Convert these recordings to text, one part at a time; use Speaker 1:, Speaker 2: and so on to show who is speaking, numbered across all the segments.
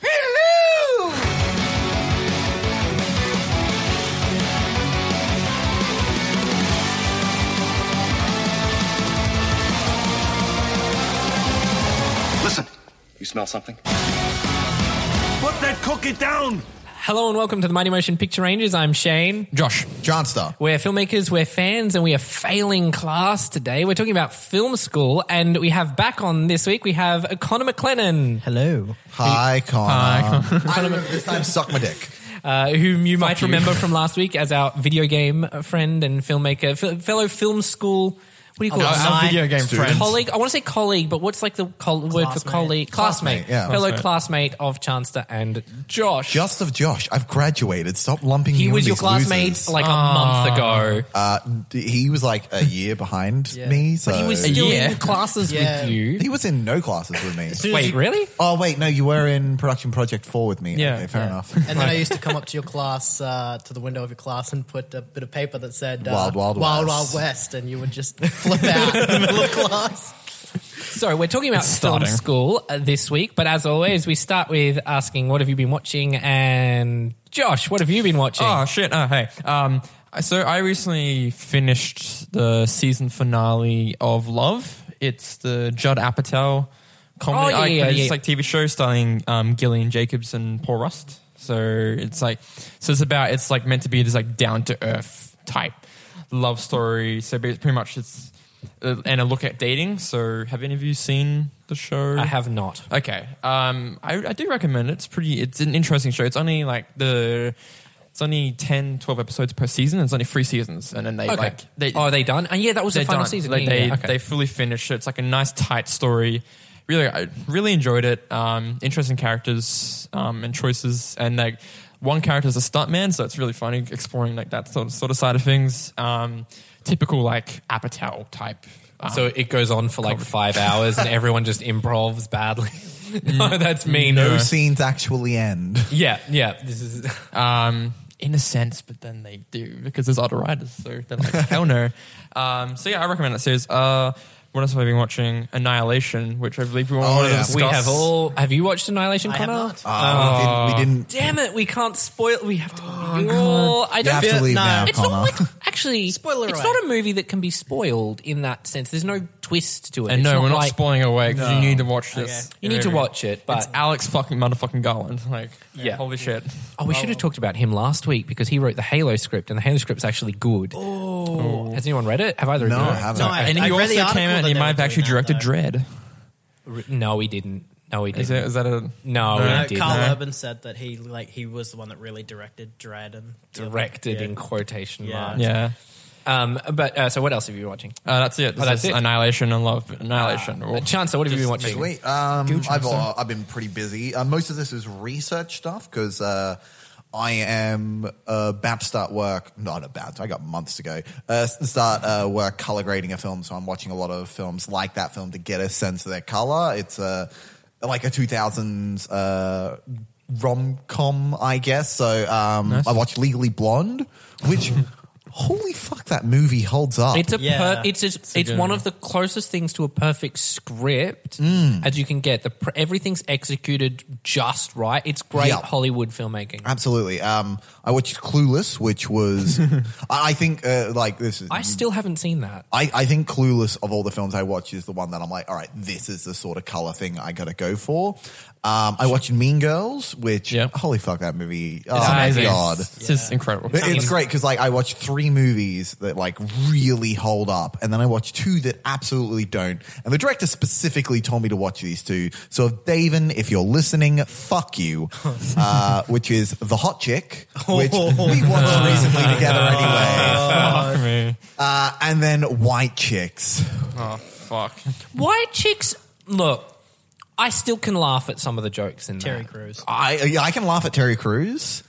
Speaker 1: Hello!
Speaker 2: Listen, you smell something?
Speaker 3: Put that cookie down!
Speaker 4: Hello and welcome to the Mighty Motion Picture Rangers. I'm Shane.
Speaker 5: Josh. Johnstar.
Speaker 4: We're filmmakers, we're fans, and we are failing class today. We're talking about film school, and we have back on this week, we have Connor McLennan. Hello.
Speaker 5: Hi, Connor. I remember this time, suck my dick.
Speaker 4: Uh, whom you might remember from last week as our video game friend and filmmaker, f- fellow film school. What do you call
Speaker 5: Alumni.
Speaker 4: it?
Speaker 5: Our video game Student. friend.
Speaker 4: Colleague. I want to say colleague, but what's like the col- word for
Speaker 6: Classmate.
Speaker 4: colleague? Classmate.
Speaker 5: yeah.
Speaker 4: Fellow classmate of Chanster and Josh.
Speaker 5: Just of Josh. I've graduated. Stop lumping
Speaker 4: he
Speaker 5: me
Speaker 4: was
Speaker 5: with
Speaker 4: your
Speaker 5: these
Speaker 4: classmate
Speaker 5: losers.
Speaker 4: like a month ago.
Speaker 5: Uh, d- he was like a year behind me. So
Speaker 4: He was still
Speaker 6: Yeah.
Speaker 4: in classes
Speaker 6: Yeah.
Speaker 4: with you.
Speaker 5: He was in no classes with me.
Speaker 4: Wait, really?
Speaker 5: oh wait, no, you were in production project four with me.
Speaker 6: Yeah.
Speaker 5: okay, fair enough.
Speaker 6: And then I used to come up to your class, uh, to the window of your class, and put a bit of paper that said uh,
Speaker 5: Wild Wild
Speaker 6: Wild
Speaker 5: West."
Speaker 6: Wild West," and you would just flip out in the middle of class.
Speaker 4: So we're talking about film
Speaker 3: starting.
Speaker 4: school uh, this week, but as always, we start with asking, "What have you been watching?" And Josh, what have you been watching?
Speaker 7: Oh shit! Oh hey. Um. So I recently finished the season finale of Love. It's the Judd Apatow comedy.
Speaker 4: Oh, yeah,
Speaker 7: I-
Speaker 4: yeah,
Speaker 7: it's
Speaker 4: yeah.
Speaker 7: like TV show starring um, Gillian Jacobs and Paul Rust. So it's like so it's about it's like meant to be this like down to earth type love story. So ba- pretty much it's uh, and a look at dating. So have any of you seen the show?
Speaker 4: I have not.
Speaker 7: Okay. Um, I, I do recommend it. It's pretty, it's an interesting show. It's only like the, it's only 10, 12 episodes per season. It's only three seasons. And then they
Speaker 4: Okay.
Speaker 7: like, they,
Speaker 4: oh, are they done? And yeah, that was the
Speaker 7: they're
Speaker 4: final
Speaker 7: done.
Speaker 4: season.
Speaker 7: Like,
Speaker 4: Yeah,
Speaker 7: they,
Speaker 4: yeah, okay.
Speaker 7: they fully finished it. It's like a nice tight story. Really, I really enjoyed it. Um, interesting characters um, and choices, and like one character is a stuntman, so it's really funny exploring like that sort of, sort of side of things. Um, typical like Apatow type. Um,
Speaker 4: so it goes on for like five hours, and everyone just improvs badly. no, that's mean.
Speaker 5: no
Speaker 4: Yeah.
Speaker 5: scenes actually end.
Speaker 4: Mm. Yeah, yeah. This is
Speaker 7: um, in a sense, but then they do because there's other writers, so they're like, hell no. Um, so yeah, I recommend that series. Uh, what else have I been watching? Annihilation, which I believe we all
Speaker 5: Oh,
Speaker 7: wanted
Speaker 5: yeah.
Speaker 7: to discuss.
Speaker 4: we have all. Have you watched Annihilation,
Speaker 6: I have
Speaker 4: Connor?
Speaker 6: not.
Speaker 5: Uh, we didn't. We didn't
Speaker 4: Damn it! We can't spoil. We have to. Oh, I
Speaker 5: you
Speaker 4: don't
Speaker 5: have to
Speaker 4: feel-
Speaker 5: leave
Speaker 6: no.
Speaker 5: now,
Speaker 4: It's
Speaker 5: Connor.
Speaker 4: not like actually
Speaker 6: Spoiler
Speaker 4: It's
Speaker 6: away.
Speaker 4: not a movie that can be spoiled in that sense. There's no twist to it.
Speaker 7: And
Speaker 4: It's
Speaker 7: no, we're not
Speaker 4: like-
Speaker 7: spoiling away because you need to watch this.
Speaker 4: You need to watch it, but-
Speaker 7: it's Alex fucking motherfucking Garland. Like,
Speaker 4: Yeah.
Speaker 7: holy shit.
Speaker 4: Oh, we should have talked about him last week because he wrote the Halo script, and the Halo script's actually good. Oh, has anyone read it? Have either? of
Speaker 5: No,
Speaker 4: you?
Speaker 5: I haven't.
Speaker 6: No, I-
Speaker 7: And he
Speaker 6: I
Speaker 7: also
Speaker 6: read the
Speaker 7: came out
Speaker 6: article
Speaker 7: and
Speaker 6: that
Speaker 7: he
Speaker 6: they
Speaker 7: might
Speaker 6: were
Speaker 7: have actually
Speaker 6: doing that,
Speaker 7: directed
Speaker 6: though.
Speaker 7: Dread.
Speaker 4: No, he didn't. No, he
Speaker 7: Is
Speaker 4: didn't.
Speaker 7: that, is that a Oh,
Speaker 4: No,
Speaker 7: No.
Speaker 4: he didn't.
Speaker 6: Carl Urban said that he like he was the one that really directed Dread and the other-
Speaker 4: Directed
Speaker 6: yeah.
Speaker 4: in quotation
Speaker 6: Yeah.
Speaker 4: marks.
Speaker 7: Yeah.
Speaker 4: Um, but uh, so, what else have you been watching?
Speaker 7: Uh, that's it. This
Speaker 4: Oh, that's
Speaker 7: is
Speaker 4: it.
Speaker 7: Annihilation and Love. Annihilation.
Speaker 4: Uh, Chancer, what have you been watching?
Speaker 5: Sweet. Um, I've, uh, I've been pretty busy. Uh, most of this is research stuff because uh, I am uh, about to start work. Not about. I got months to go. Uh, s- start uh, work color grading a film, so I'm watching a lot of films like that film to get a sense of their color. It's uh, like a 2000s uh, rom com, I guess. So um, I watched Legally Blonde, which. Holy fuck! That movie holds up.
Speaker 4: It's a
Speaker 6: Yeah.
Speaker 4: per, it's just, it's one of the closest things to a perfect script as you can get. The pr- everything's executed just right. It's great
Speaker 5: Yeah.
Speaker 4: Hollywood filmmaking.
Speaker 5: Absolutely. Um, I watched Clueless, which was, I, I think, uh, like this is.
Speaker 4: I still haven't seen that.
Speaker 5: I, I think Clueless of all the films I watch is the one that I'm like, all right, this is the sort of color thing I gotta go for. Um, I watched Mean Girls, which
Speaker 7: Yep.
Speaker 5: holy fuck that movie! Oh my
Speaker 7: Amazing.
Speaker 5: god,
Speaker 7: It's just incredible.
Speaker 5: But it's great because like I watched three movies that like really hold up, and then I watched two that absolutely don't. And the director specifically told me to watch these two. So, if Daven, if you're listening, fuck you. Uh, which is the Hot Chick, which we watched recently together anyway.
Speaker 7: Fuck me.
Speaker 5: Uh, and then White Chicks.
Speaker 7: Oh, fuck.
Speaker 4: Why chicks look? I still can laugh at some of the jokes in
Speaker 6: Terry
Speaker 4: that.
Speaker 6: Crews.
Speaker 5: I I can laugh at Terry Crews,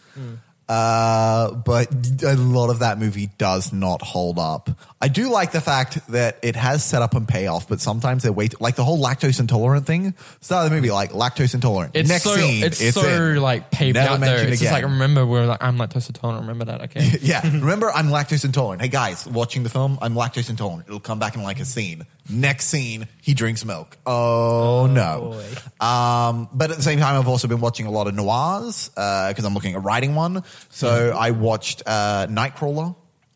Speaker 5: uh, but a lot of that movie does not hold up. I do like the fact that it has setup and payoff, but sometimes they wait like the whole lactose intolerant thing. Start of the movie like lactose intolerant.
Speaker 7: It's
Speaker 5: Next
Speaker 7: so
Speaker 5: scene,
Speaker 7: it's,
Speaker 5: it's,
Speaker 7: so
Speaker 5: in.
Speaker 7: like paved
Speaker 5: Never
Speaker 7: out there. It's
Speaker 5: mentioned
Speaker 7: just like
Speaker 5: again.
Speaker 7: remember we're like I'm lactose intolerant. Remember that? Okay.
Speaker 5: yeah. Remember, I'm lactose intolerant. Hey guys, watching the film, I'm lactose intolerant. It'll come back in like a scene. Next scene, he drinks milk. Oh, no. Um, but at the same time, I've also been watching a lot of noirs because I'm looking at writing one. So I watched uh, Nightcrawler,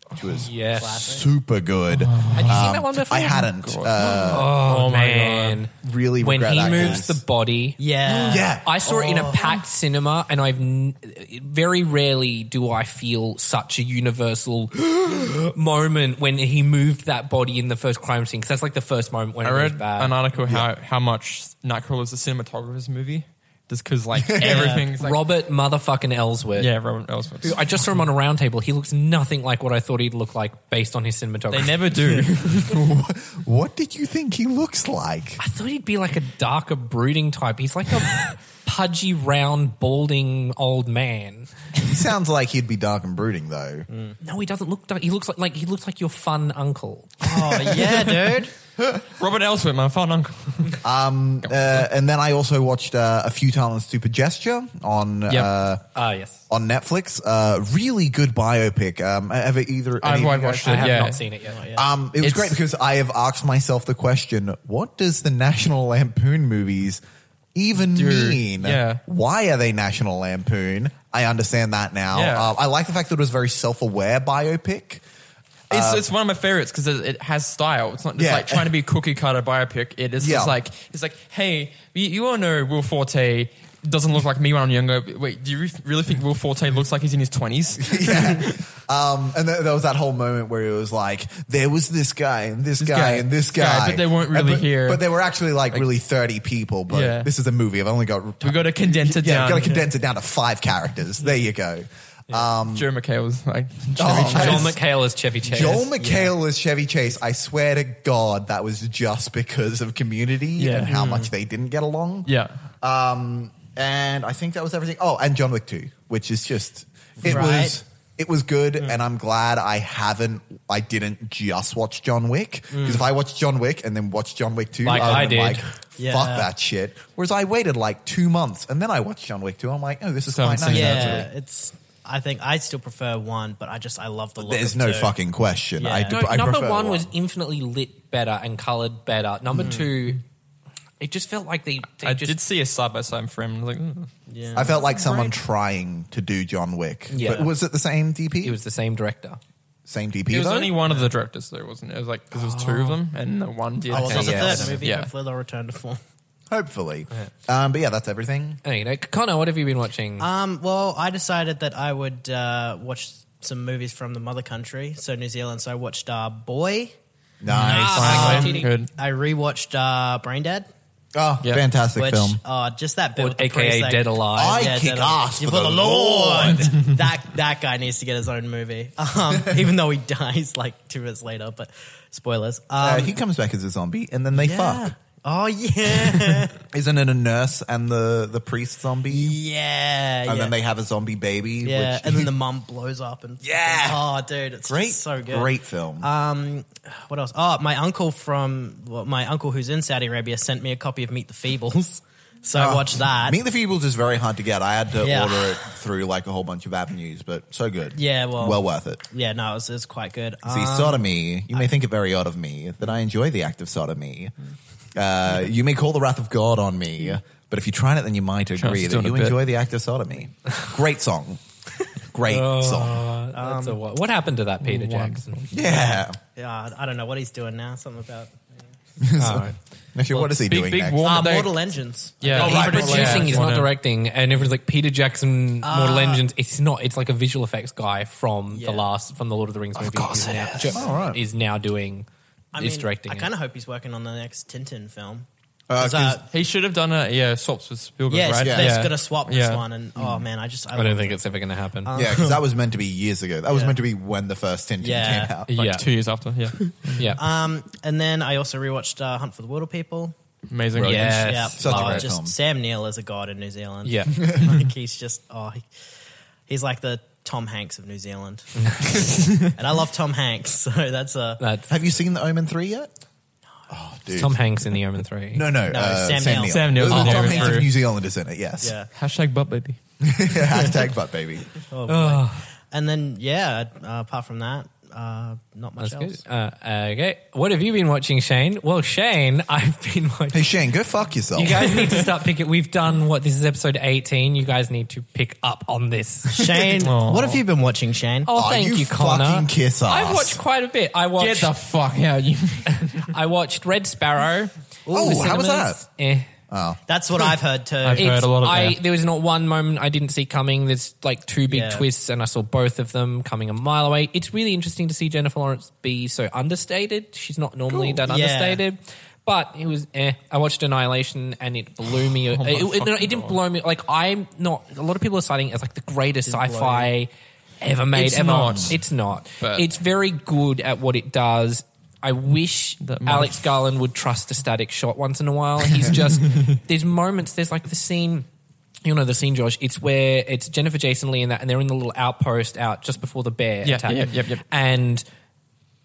Speaker 5: which was
Speaker 4: Yes.
Speaker 5: super good. Um,
Speaker 4: Had you seen that one before?
Speaker 5: I hadn't. Uh,
Speaker 4: Oh,
Speaker 7: my
Speaker 4: man.
Speaker 5: Really
Speaker 4: When
Speaker 5: regret
Speaker 4: he
Speaker 5: that, guys.
Speaker 4: moves the body.
Speaker 6: Yeah.
Speaker 5: yeah.
Speaker 4: I saw it in
Speaker 7: Oh.
Speaker 4: a packed cinema, and I've n- very rarely do I feel such a universal moment when he moved that body in the first crime scene because that's like the first moment when
Speaker 7: I
Speaker 4: it was
Speaker 7: read
Speaker 4: bad.
Speaker 7: an article how how much Nightcrawler is a cinematographer's movie, just because like everything's like
Speaker 4: Robert motherfucking Ellsworth.
Speaker 7: yeah, Robert Ellsworth.
Speaker 4: I just saw him on a round table. He looks nothing like what I thought he'd look like based on his cinematography.
Speaker 7: They never do.
Speaker 5: what did you think he looks like?
Speaker 4: I thought he'd be like a darker, brooding type. He's like a pudgy, round, balding old man.
Speaker 5: He sounds like he'd be dark and brooding, though.
Speaker 4: No, he doesn't look. dark. He looks like like he looks like your fun uncle.
Speaker 6: Oh, yeah, dude.
Speaker 7: Robert Ellsworth, my fun uncle.
Speaker 5: Uh, and then I also watched uh, A Futile and Stupid Gesture on uh,
Speaker 4: Ah, yes.
Speaker 5: on Netflix. Uh, really good biopic. Um, have either? any of
Speaker 7: I've
Speaker 5: you guys-
Speaker 7: watched
Speaker 4: I
Speaker 7: it.
Speaker 4: have
Speaker 7: Yeah.
Speaker 4: not seen it yet.
Speaker 5: Um, it was
Speaker 7: It's-
Speaker 5: great because I have asked myself the question: What does the National Lampoon movies even
Speaker 7: Dude,
Speaker 5: mean?
Speaker 7: yeah.
Speaker 5: Why are they National Lampoon? I understand that now.
Speaker 7: Yeah.
Speaker 5: Uh, I like the fact that it was very self-aware biopic.
Speaker 7: It's, it's one of my favorites because it, it has style. It's not just
Speaker 5: Uh, Yeah.
Speaker 7: like trying to be cookie cutter biopic. It is
Speaker 5: Yeah.
Speaker 7: just like it's like, hey, you, you all know Will Forte doesn't look like me when I'm younger. Wait, do you re- really think Will Forte looks like he's in his twenties?
Speaker 5: Um, and th- there was that whole moment where it was like, there was this guy and this, guy,
Speaker 7: guy,
Speaker 5: and this
Speaker 7: guy,
Speaker 5: guy.
Speaker 7: but they weren't
Speaker 5: And
Speaker 7: really
Speaker 5: but,
Speaker 7: here.
Speaker 5: But they were actually like, really 30 people. But
Speaker 7: Yeah.
Speaker 5: this is a movie. I've only got.
Speaker 7: We got to condense it
Speaker 5: yeah,
Speaker 7: down.
Speaker 5: got to condense it down to five characters. There you go. Um,
Speaker 7: Joe McHale was like,
Speaker 5: oh,
Speaker 4: Joel
Speaker 5: that is-
Speaker 4: McHale is Chevy Chase.
Speaker 5: Joel McHale is Chevy Chase. I swear to God, that was just because of community
Speaker 7: Yeah.
Speaker 5: and how
Speaker 4: Hmm.
Speaker 5: much they didn't get along.
Speaker 7: yeah,
Speaker 5: Um, and I think that was everything. Oh, and John Wick 2, which is just it
Speaker 6: Right.
Speaker 5: was it was good,
Speaker 4: Hmm.
Speaker 5: and I'm glad I haven't I didn't just watch John Wick because if I watched John Wick and then watched John Wick 2,
Speaker 4: Hmm. Like
Speaker 5: would've
Speaker 4: I
Speaker 5: been
Speaker 4: did.
Speaker 5: like,
Speaker 6: Yeah.
Speaker 5: fuck that shit. Whereas I waited like two months and then I watched John Wick 2. I'm like, oh, this is
Speaker 7: Still
Speaker 5: quite
Speaker 7: haven't
Speaker 5: nice.
Speaker 7: seen
Speaker 6: Yeah,
Speaker 7: that.
Speaker 6: it's. I think I still prefer one, but I just I love the look.
Speaker 5: There's
Speaker 6: of
Speaker 5: no
Speaker 6: two.
Speaker 5: fucking question.
Speaker 6: Yeah.
Speaker 5: I, do,
Speaker 4: No,
Speaker 5: I
Speaker 4: number
Speaker 5: prefer
Speaker 4: one was infinitely lit better and coloured better. Number two, it just felt like they, they
Speaker 7: I
Speaker 4: just
Speaker 7: did see a side by side frame. and I was like, mm.
Speaker 5: I felt like someone trying to do John Wick.
Speaker 4: Yeah.
Speaker 5: But was it the same DP?
Speaker 4: it was the same director.
Speaker 5: same DP.
Speaker 7: it was
Speaker 5: though?
Speaker 7: only one of the directors though, wasn't it? It was like because there was two of them and the one did.
Speaker 6: I was on the
Speaker 5: yeah.
Speaker 6: third movie.
Speaker 7: Yeah.
Speaker 6: Hopefully they'll return to form.
Speaker 5: Hopefully. Um, but yeah, that's everything.
Speaker 4: Anyway, you know, Connor, what have you been watching?
Speaker 6: Um, well, I decided that I would uh, watch some movies from the mother country, so New Zealand. So I watched uh, Boy.
Speaker 5: Nice.
Speaker 7: Finally.
Speaker 4: Titanic.
Speaker 7: good.
Speaker 6: I rewatched uh, Brain Dead,
Speaker 5: Oh,
Speaker 7: Yeah.
Speaker 5: fantastic
Speaker 6: which
Speaker 5: film.
Speaker 6: uh, just that bit,
Speaker 4: Or
Speaker 6: with the priest,
Speaker 4: AKA
Speaker 6: like-
Speaker 4: Dead
Speaker 5: I
Speaker 4: Alive.
Speaker 6: Yeah,
Speaker 5: kick
Speaker 6: Dead Alive.
Speaker 5: ass
Speaker 6: You
Speaker 5: for the Lord.
Speaker 6: that that guy needs to get his own movie, um, even though he dies like two minutes later. But spoilers. Um,
Speaker 5: Uh, he comes back as a zombie and then they
Speaker 6: yeah.
Speaker 5: fuck.
Speaker 6: Oh yeah,
Speaker 5: Isn't it a nurse and the, the priest zombie?
Speaker 6: yeah.
Speaker 5: And
Speaker 6: yeah.
Speaker 5: then they have a zombie baby.
Speaker 6: Yeah,
Speaker 5: which,
Speaker 6: and then the mum blows up and
Speaker 5: Yeah.
Speaker 6: oh dude, it's
Speaker 5: great,
Speaker 6: just so good.
Speaker 5: great film.
Speaker 6: Um, what else? Oh, my uncle from well, my uncle who's in Saudi Arabia sent me a copy of Meet the Feebles, so I watched that.
Speaker 5: Meet the Feebles is very hard to get. I had to
Speaker 6: Yeah.
Speaker 5: order it through like a whole bunch of avenues, but so good.
Speaker 6: Yeah, well-
Speaker 5: well worth it.
Speaker 6: yeah, no, it was, it was quite good.
Speaker 5: See,
Speaker 6: Um,
Speaker 5: sodomy, you may think it very odd of me that I enjoy the act of sodomy. Uh, you may call the wrath of God on me, but if you try it, then you might agree that
Speaker 7: just doing
Speaker 5: you
Speaker 7: a bit.
Speaker 5: enjoy the act of sodomy. Great song. Great song.
Speaker 4: Uh, that's a what. What happened to that Peter Jackson?
Speaker 5: Yeah.
Speaker 6: yeah, I don't know what he's doing now. Something about
Speaker 5: Actually, what is he
Speaker 7: big-
Speaker 5: doing
Speaker 7: big
Speaker 5: next?
Speaker 7: war-
Speaker 6: uh,
Speaker 7: they-
Speaker 6: Mortal Engines.
Speaker 7: Yeah,
Speaker 5: Oh,
Speaker 4: He's
Speaker 5: right,
Speaker 4: producing,
Speaker 7: Yeah.
Speaker 4: he's not directing, and everyone's like Peter Jackson, Mortal Engines. It's not. It's like a visual effects guy from
Speaker 6: Yeah.
Speaker 4: the last from the Lord of the Rings movie.
Speaker 5: course
Speaker 4: is
Speaker 5: it
Speaker 4: now,
Speaker 5: is.
Speaker 4: ju-
Speaker 5: All right.
Speaker 4: is now doing.
Speaker 6: I
Speaker 4: is
Speaker 6: mean,
Speaker 4: directing.
Speaker 6: I
Speaker 4: it.
Speaker 6: kind of hope he's working on the next Tintin film.
Speaker 5: Uh,
Speaker 6: 'Cause,
Speaker 5: 'cause-
Speaker 6: uh,
Speaker 7: He should have done a yeah swaps with Spielberg.
Speaker 6: yeah,
Speaker 7: right?
Speaker 6: it's- they're
Speaker 7: Yeah.
Speaker 6: gonna swap this
Speaker 7: Yeah.
Speaker 6: one, and oh man, I just I,
Speaker 4: I don't
Speaker 6: love
Speaker 4: think
Speaker 6: it.
Speaker 4: it's ever going to happen.
Speaker 5: yeah, because that was meant to be years ago. That was
Speaker 6: Yeah.
Speaker 5: meant to be when the first Tintin
Speaker 6: Yeah.
Speaker 5: came out.
Speaker 7: Like
Speaker 4: yeah,
Speaker 7: two years after. Yeah.
Speaker 4: yeah.
Speaker 6: Um, and then I also rewatched uh, Hunt for the Wilder People.
Speaker 7: Amazing.
Speaker 4: Yeah.
Speaker 6: Yeah,
Speaker 5: Such a
Speaker 6: oh,
Speaker 5: great
Speaker 6: just
Speaker 5: film.
Speaker 6: Sam Neill is a god in New Zealand.
Speaker 4: Yeah.
Speaker 6: like he's just oh, he, he's like the Tom Hanks of New Zealand. and I love Tom Hanks, so that's a
Speaker 4: That
Speaker 5: Have you seen The Omen 3 yet? Oh, dude.
Speaker 4: Tom Hanks in The Omen 3.
Speaker 5: no, no,
Speaker 6: No,
Speaker 5: uh,
Speaker 6: Sam
Speaker 5: Sam,
Speaker 6: Neill.
Speaker 5: Neill.
Speaker 7: Sam Neill's
Speaker 5: Oh,
Speaker 7: in The
Speaker 5: Tom
Speaker 7: Omen
Speaker 5: Hanks of
Speaker 7: 3.
Speaker 5: New Zealand is in it, yes.
Speaker 6: yeah.
Speaker 7: Hashtag butt baby.
Speaker 5: Hashtag butt baby.
Speaker 6: And then yeah, uh, apart from that, uh, not much
Speaker 4: That's
Speaker 6: else.
Speaker 4: good. Uh, okay. What have you been watching, Shane? Well, Shane, I've been
Speaker 5: Hey,
Speaker 4: watching.
Speaker 5: Shane, go fuck yourself.
Speaker 4: You guys need to start picking. We've done what? This is episode 18. You guys need to pick up on this.
Speaker 6: Shane, what have you been watching, Shane?
Speaker 4: Oh,
Speaker 5: Aw,
Speaker 4: thank
Speaker 5: you
Speaker 4: you, Connor.
Speaker 5: fucking kiss
Speaker 4: I've
Speaker 5: ass.
Speaker 4: watched quite a bit. I
Speaker 7: Get
Speaker 4: watched.
Speaker 7: the fuck out, you.
Speaker 4: I watched Red Sparrow.
Speaker 5: Oh,
Speaker 4: The
Speaker 5: how was
Speaker 4: cinemas. Eh.
Speaker 6: That's what I've heard too.
Speaker 7: I've-
Speaker 4: It's-
Speaker 7: heard a lot of
Speaker 4: I,
Speaker 7: that.
Speaker 4: there was not one moment I didn't see coming. There's like two big
Speaker 6: Yeah.
Speaker 4: twists, and I saw both of them coming a mile away. It's really interesting to see Jennifer Lawrence be so understated. She's not normally that
Speaker 6: Yeah.
Speaker 4: understated. But it was. Eh. I watched Annihilation, and it blew me.
Speaker 7: Oh my
Speaker 4: it, it- no,
Speaker 7: fucking
Speaker 4: it didn't
Speaker 7: God.
Speaker 4: blow me. Like I'm not. A lot of people are citing it as like the greatest sci-fi ever made.
Speaker 7: It's
Speaker 4: ever.
Speaker 7: not.
Speaker 4: It's not.
Speaker 7: But-
Speaker 4: It's very good at what it does. I wish
Speaker 7: That
Speaker 4: Alex
Speaker 7: motherf-
Speaker 4: Garland would trust a static shot once in a while. He's just there's moments. There's like the scene. You know the scene, Josh. It's where it's Jennifer Jason Lee and that, and they're in the little outpost out just before the bear
Speaker 7: Yeah,
Speaker 4: attack.
Speaker 7: yep, yep, yep.
Speaker 4: And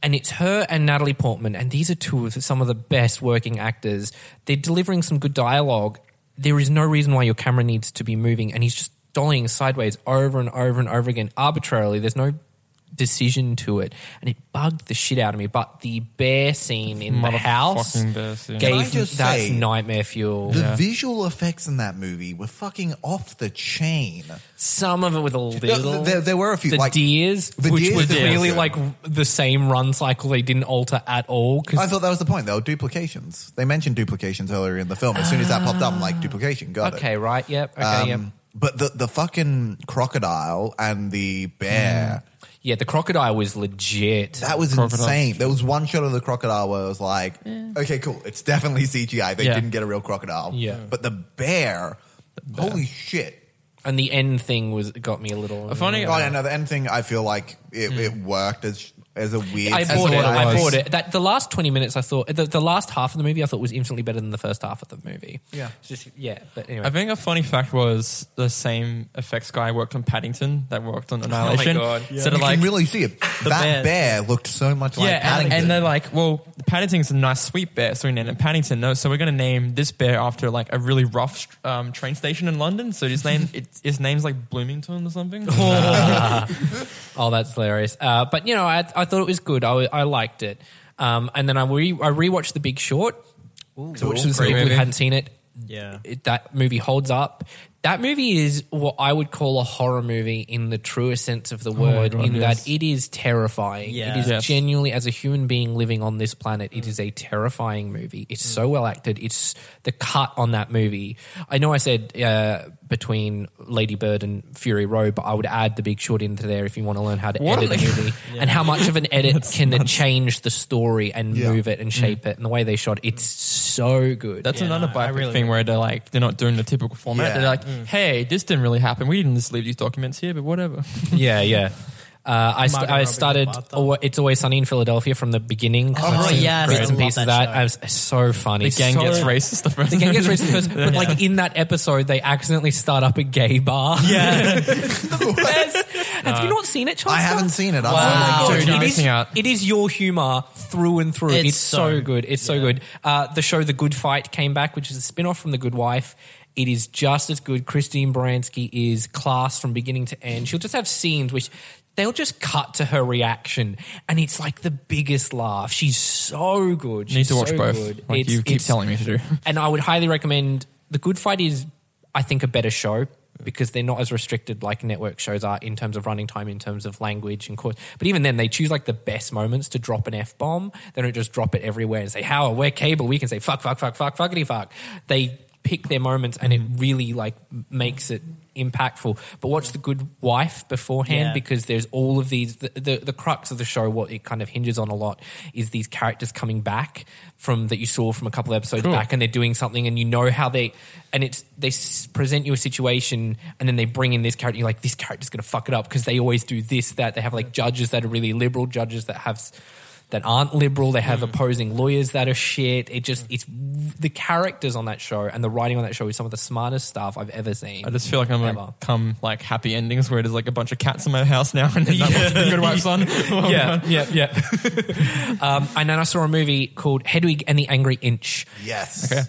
Speaker 4: and it's her and Natalie Portman, and these are two of some of the best working actors. They're delivering some good dialogue. There is no reason why your camera needs to be moving, and he's just dollying sideways over and over and over again arbitrarily. There's no decision to it, and it bugged the shit out of me. But the bear scene in the
Speaker 7: Motherfucking
Speaker 4: house
Speaker 7: bear scene.
Speaker 5: Can I
Speaker 4: gave me
Speaker 5: just
Speaker 4: that's
Speaker 5: say-
Speaker 4: nightmare fuel.
Speaker 5: The visual effects in that movie were fucking off the chain.
Speaker 4: Some of it with a little.
Speaker 5: there- there were a few,
Speaker 4: the
Speaker 5: like-
Speaker 4: deers,
Speaker 5: The
Speaker 4: which
Speaker 5: deers
Speaker 4: were
Speaker 5: that were
Speaker 4: clearly
Speaker 5: good.
Speaker 4: like the same run cycle. They didn't alter at all.
Speaker 5: I
Speaker 4: Because
Speaker 5: thought that was the point. They were duplications. They mentioned duplications earlier in the film. As soon as that popped up, I'm like, duplication, got
Speaker 4: Ah. okay,
Speaker 5: it.
Speaker 4: right, yep, okay, yep.
Speaker 5: Um, But the, the fucking crocodile and the bear,
Speaker 4: Yeah, the crocodile was legit.
Speaker 5: that was
Speaker 7: Crocodile.
Speaker 5: insane. There was one shot of the crocodile where I was like, okay, cool. It's definitely CGI. They
Speaker 7: Yeah.
Speaker 5: didn't get a real crocodile.
Speaker 4: Yeah.
Speaker 5: But the bear, holy shit.
Speaker 4: and the end thing was got me a little.
Speaker 7: Funny.
Speaker 5: Oh, yeah, no, the end thing, I feel like it, it worked as as a weird.
Speaker 4: Mm. I
Speaker 5: as
Speaker 4: bought
Speaker 5: a
Speaker 4: it.
Speaker 7: what it
Speaker 4: I
Speaker 7: was.
Speaker 4: bought it. That the last twenty minutes, I thought the, the last half of the movie, I thought was infinitely better than the first half of the movie.
Speaker 5: Yeah.
Speaker 4: It's just yeah. But anyway,
Speaker 7: I think a funny fact was the same effects guy worked on Paddington that worked on Annihilation.
Speaker 4: God.
Speaker 7: So they're
Speaker 5: You
Speaker 7: like,
Speaker 5: can really see it. That
Speaker 6: bear.
Speaker 5: bear. looked so much like
Speaker 7: yeah, and,
Speaker 5: Paddington.
Speaker 7: and they're like, well, Paddington's a nice sweet bear, so we named it Paddington. No, so we're going to name this bear after like a really rough um, train station in London. So his name, it, his name's like Bloomington or something.
Speaker 4: oh, that's hilarious. Uh, but you know, I, I thought it was good. I, I liked it. Um, and then I re I rewatched The Big Short.
Speaker 5: So which is
Speaker 4: For
Speaker 7: Great
Speaker 4: people who
Speaker 7: movie.
Speaker 4: hadn't seen it,
Speaker 6: Yeah.
Speaker 4: it, that movie holds up. That movie is what I would call a horror movie in the truest sense of the word,
Speaker 7: God,
Speaker 4: in
Speaker 7: yes.
Speaker 4: that it is terrifying.
Speaker 6: Yeah.
Speaker 4: It is
Speaker 7: Oh Yes.
Speaker 4: genuinely, as a human being living on this planet, it is a terrifying movie. It's so well acted. It's the cut on that movie. I know I said uh, between Lady Bird and Fury Road, but I would add The Big Short into there if you want to learn how to
Speaker 7: What
Speaker 4: edit
Speaker 7: an-
Speaker 4: a movie and how much of an edit can change the story and move it and shape it and the way they shot. It's so good.
Speaker 7: Mm. That's
Speaker 6: Yeah,
Speaker 7: another
Speaker 6: no, I
Speaker 7: biopic
Speaker 6: really-
Speaker 7: thing where they're like, they're not doing the typical format.
Speaker 5: Yeah.
Speaker 7: They're like,
Speaker 4: Mm.
Speaker 7: hey, this didn't really happen. We didn't just leave these documents here, but whatever.
Speaker 4: Yeah, yeah. Uh, I, st-
Speaker 6: Margot
Speaker 4: I
Speaker 6: Robbie
Speaker 4: started.
Speaker 6: in the bathtub.
Speaker 4: Al- It's always sunny in Philadelphia from the beginning.
Speaker 6: Oh,
Speaker 4: I've seen
Speaker 6: yes,
Speaker 4: bits
Speaker 6: I
Speaker 4: and
Speaker 6: love
Speaker 4: pieces of
Speaker 6: that
Speaker 4: that. I was so funny.
Speaker 7: the gang
Speaker 4: So-
Speaker 7: gets racist. The, first
Speaker 4: The gang gets racist first, but like in that episode, they accidentally start up a gay bar. Yeah, the best. Have you not seen it, Chance?
Speaker 5: I haven't seen it. I'm
Speaker 4: Wow,
Speaker 7: Dude, you're
Speaker 4: It is-
Speaker 7: missing out.
Speaker 4: It is your humor through and through. It's,
Speaker 6: It's
Speaker 4: so,
Speaker 6: so-
Speaker 4: good. It's so good. Uh, the show The Good Fight came back, which is a spin off from The Good Wife. It is just as good. Christine Baranski is class from beginning to end. She'll just have scenes which they'll just cut to her reaction, and it's like the biggest laugh. She's so good. She's
Speaker 7: Need to watch
Speaker 4: so
Speaker 7: both.
Speaker 4: Good.
Speaker 7: Like
Speaker 4: It's-
Speaker 7: you keep
Speaker 4: it's-
Speaker 7: telling me to do.
Speaker 4: and I would highly recommend The Good Fight is, I think, a better show because they're not as restricted like network shows are in terms of running time, in terms of language and course. But even then, they choose like the best moments to drop an f bomb. They don't just drop it everywhere and say, "How we're cable, we can say fuck, fuck, fuck, fuck, fuckity fuck." They pick their moments and it really like m- makes it impactful. But watch The Good Wife beforehand
Speaker 6: Yeah.
Speaker 4: because there's all of these the, the the crux of the show what it kind of hinges on a lot is these characters coming back from that you saw from a couple of episodes back and they're doing something and you know how they and it's they s- present you a situation and then they bring in this character you're like this character's going to fuck it up because they always do this that they have like judges that are really liberal judges that have s- that aren't liberal. They
Speaker 7: Mm-hmm.
Speaker 4: have opposing lawyers that are shit. It just it's the characters on that show and the writing on that show is some of the smartest stuff I've ever seen.
Speaker 7: I just feel like I'm
Speaker 4: Ever.
Speaker 7: gonna come like happy endings where there's like a bunch of cats in my house now and then that must be good wife's on.
Speaker 4: yeah, yeah, yeah. um, and then I saw a movie called Hedwig and the Angry Inch.
Speaker 5: Yes.
Speaker 7: Okay.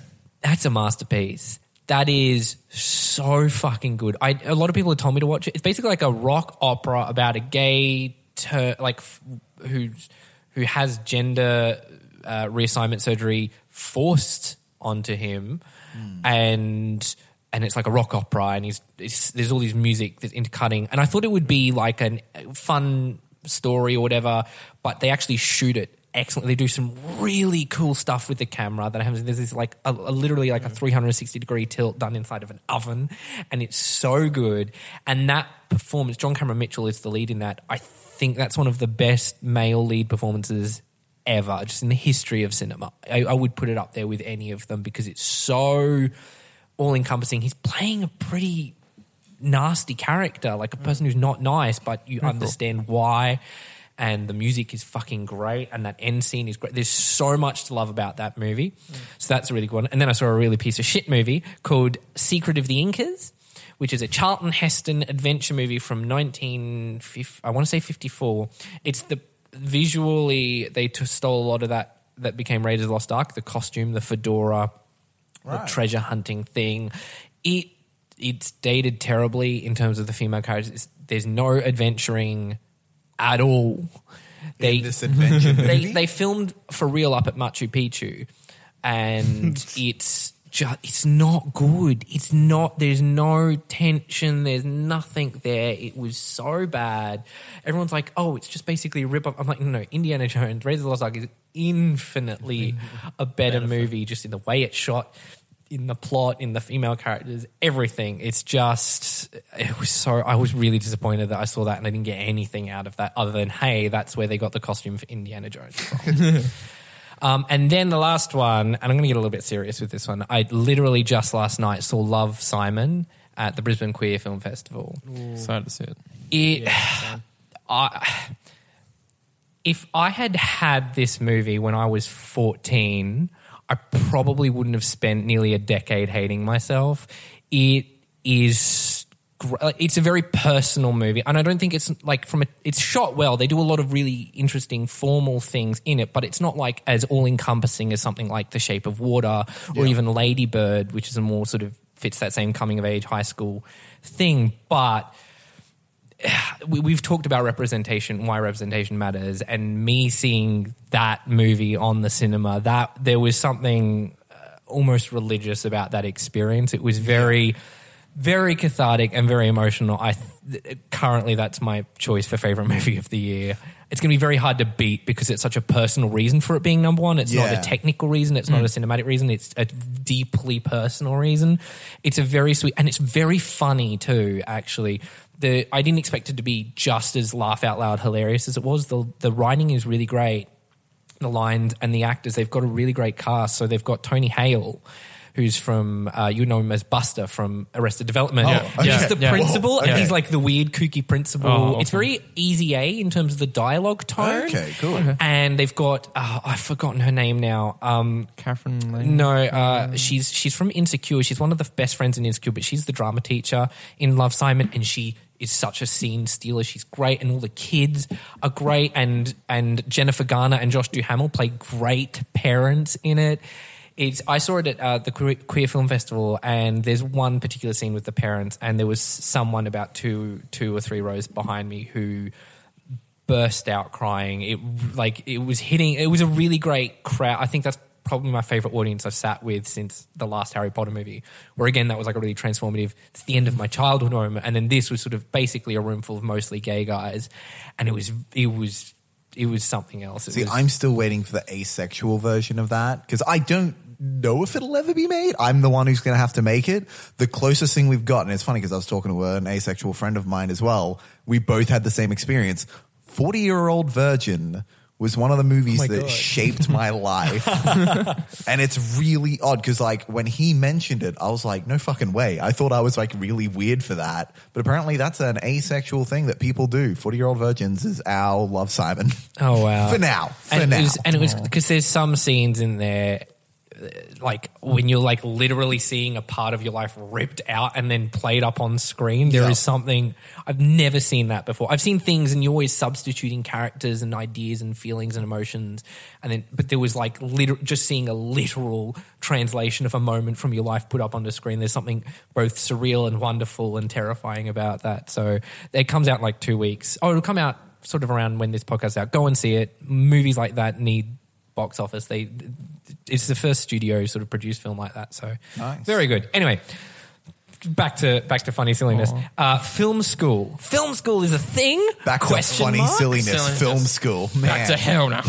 Speaker 4: That's a masterpiece. That is so fucking good. I a lot of people had told me to watch it. It's basically like a rock opera about a gay ter- like f- who's who has gender uh, reassignment surgery forced onto him, and and it's like a rock opera, and he's it's, there's all these music that's intercutting, and I thought it would be like an a fun story or whatever, but they actually shoot it excellent. They do some really cool stuff with the camera that happens. There's this like a, a literally like a 360 degree tilt done inside of an oven, and it's so good. And that performance, John Cameron Mitchell is the lead in that. I think that's one of the best male lead performances ever, just in the history of cinema. I, I would put it up there with any of them because it's so all encompassing. He's playing a pretty nasty character, like a person who's not nice, but you understand why. And the music is fucking great, and that end scene is great. There's so much to love about that movie. So that's a really good one. And then I saw a really piece of shit movie called Secret of the Incas, which is a Charlton Heston adventure movie from 19, I want to say 54. It's the visually they t- stole a lot of that that became Raiders of the Lost Ark, the costume, the fedora,
Speaker 5: Right.
Speaker 4: the treasure hunting thing. It it's dated terribly in terms of the female characters. It's, there's no adventuring at all. They
Speaker 5: In this adventure
Speaker 4: they
Speaker 5: movie?
Speaker 4: they filmed for real up at Machu Picchu, and it's just it's not good. It's not. There's no tension. There's nothing there. It was so bad. Everyone's like, "Oh, it's just basically a rip off." I'm like, "No, no, Indiana Jones, Raiders of the Lost Ark is infinitely a better movie, just in the way it's shot." In the plot, in the female characters, everything. It's just, it was so, I was really disappointed that I saw that and I didn't get anything out of that other than, hey, that's where they got the costume for Indiana Jones from. Um, and then the last one, and I'm going to get a little bit serious with this one. I literally just last night saw Love Simon at the Brisbane Queer Film Festival.
Speaker 7: Excited to see it.
Speaker 4: It, I, if I had had this movie when I was 14, I probably wouldn't have spent nearly a decade hating myself. It is. gr- It's a very personal movie, and I don't think it's like from a. It's shot well. They do a lot of really interesting formal things in it, but it's not like as all encompassing as something like The Shape of Water or even Ladybird, which is a more sort of fits that same coming of age high school thing. But we, we've talked about representation, why representation matters, and me seeing that movie on the cinema, that there was something uh, almost religious about that experience. It was very, very cathartic and very emotional. I th- currently that's my choice for favorite movie of the year. It's going to be very hard to beat because it's such a personal reason for it being number one. It's not
Speaker 5: Yeah.
Speaker 4: a technical reason. It's not a cinematic reason. It's a deeply personal reason. It's a very sweet and it's very funny too. Actually, the I didn't expect it to be just as laugh out loud hilarious as it was. The the writing is really great. The lines and the actors they've got a really great cast. So they've got Tony Hale. Who's from uh, you know him as Buster from Arrested Development?
Speaker 5: Oh,
Speaker 4: He's
Speaker 5: okay.
Speaker 4: the
Speaker 5: Yeah.
Speaker 4: principal,
Speaker 5: Whoa,
Speaker 4: and
Speaker 5: okay.
Speaker 4: he's like the weird kooky principal.
Speaker 7: Oh,
Speaker 4: It's
Speaker 7: awesome.
Speaker 4: very easy A in terms of the dialogue tone.
Speaker 5: Okay, cool.
Speaker 4: And they've got oh, I've forgotten her name now. Um,
Speaker 7: Catherine Lane.
Speaker 4: no, uh, she's she's from Insecure. She's one of the best friends in Insecure, but she's the drama teacher in Love Simon, and she is such a scene stealer. She's great, and all the kids are great, and and Jennifer Garner and Josh Duhamel play great parents in it. It's, I saw it at uh, the Que- Queer Film Festival, and there's one particular scene with the parents, and there was someone about two, two or three rows behind me who burst out crying. It like it was hitting. It was a really great crowd. I think that's probably my favorite audience I've sat with since the last Harry Potter movie. Where again, that was like a really transformative. It's the end of my childhood home, and then this was sort of basically a room full of mostly gay guys, and it was it was it was something else. It
Speaker 5: See,
Speaker 4: was-
Speaker 5: I'm still waiting for the asexual version of that because I don't know if it'll ever be made. I'm the one who's going to have to make it. The closest thing we've got, and it's funny because I was talking to an asexual friend of mine as well. We both had the same experience. 40 year old virgin was one of the movies
Speaker 4: Oh my
Speaker 5: that
Speaker 4: God.
Speaker 5: shaped my life. and it's really odd because, like, when he mentioned it, I was like, no fucking way. I thought I was, like, really weird for that. But apparently, that's an asexual thing that people do. 40 year old virgins is our Love Simon.
Speaker 4: Oh wow!
Speaker 5: For now. For
Speaker 4: and
Speaker 5: now.
Speaker 4: it was, and it was because there's some scenes in there, uh, like when you're like literally seeing a part of your life ripped out and then played up on screen. There is
Speaker 5: Yeah.
Speaker 4: something I've never seen that before. I've seen things, and you're always substituting characters and ideas and feelings and emotions, and then but there was like liter- just seeing a literal translation of a moment from your life put up onto screen. There's something both surreal and wonderful and terrifying about that. So it comes out in like two weeks. Oh, it'll come out sort of around when this podcast's out. Go and see it. Movies like that need box office. They it's the first studio sort of produced film like that. So
Speaker 5: Nice.
Speaker 4: very good. Anyway, back to back to funny silliness. Uh, film school. Film school is a thing.
Speaker 5: Back to
Speaker 4: Question
Speaker 5: funny
Speaker 4: mark?
Speaker 5: silliness,
Speaker 7: Silliness.
Speaker 5: film school. Man. Uh,
Speaker 7: Back to hell now.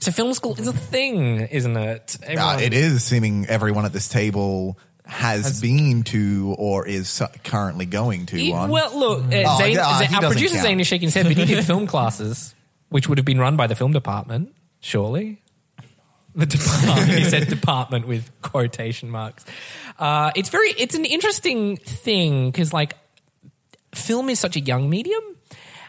Speaker 4: So film school is a thing, isn't it?
Speaker 5: Uh,
Speaker 4: Everyone-
Speaker 5: it is seeming everyone at this table has, been to or is su- currently going to
Speaker 4: He-
Speaker 5: one.
Speaker 4: well, look, uh,
Speaker 5: Oh,
Speaker 4: Zane,
Speaker 5: yeah,
Speaker 4: Zane-
Speaker 5: he
Speaker 4: our
Speaker 5: doesn't
Speaker 4: producer
Speaker 5: count.
Speaker 4: Zane is shaking his head, but he did film classes, which would have been run by the film department, surely. The department. he said department with quotation marks. Uh, it's very. It's an interesting thing because, like, film is such a young medium,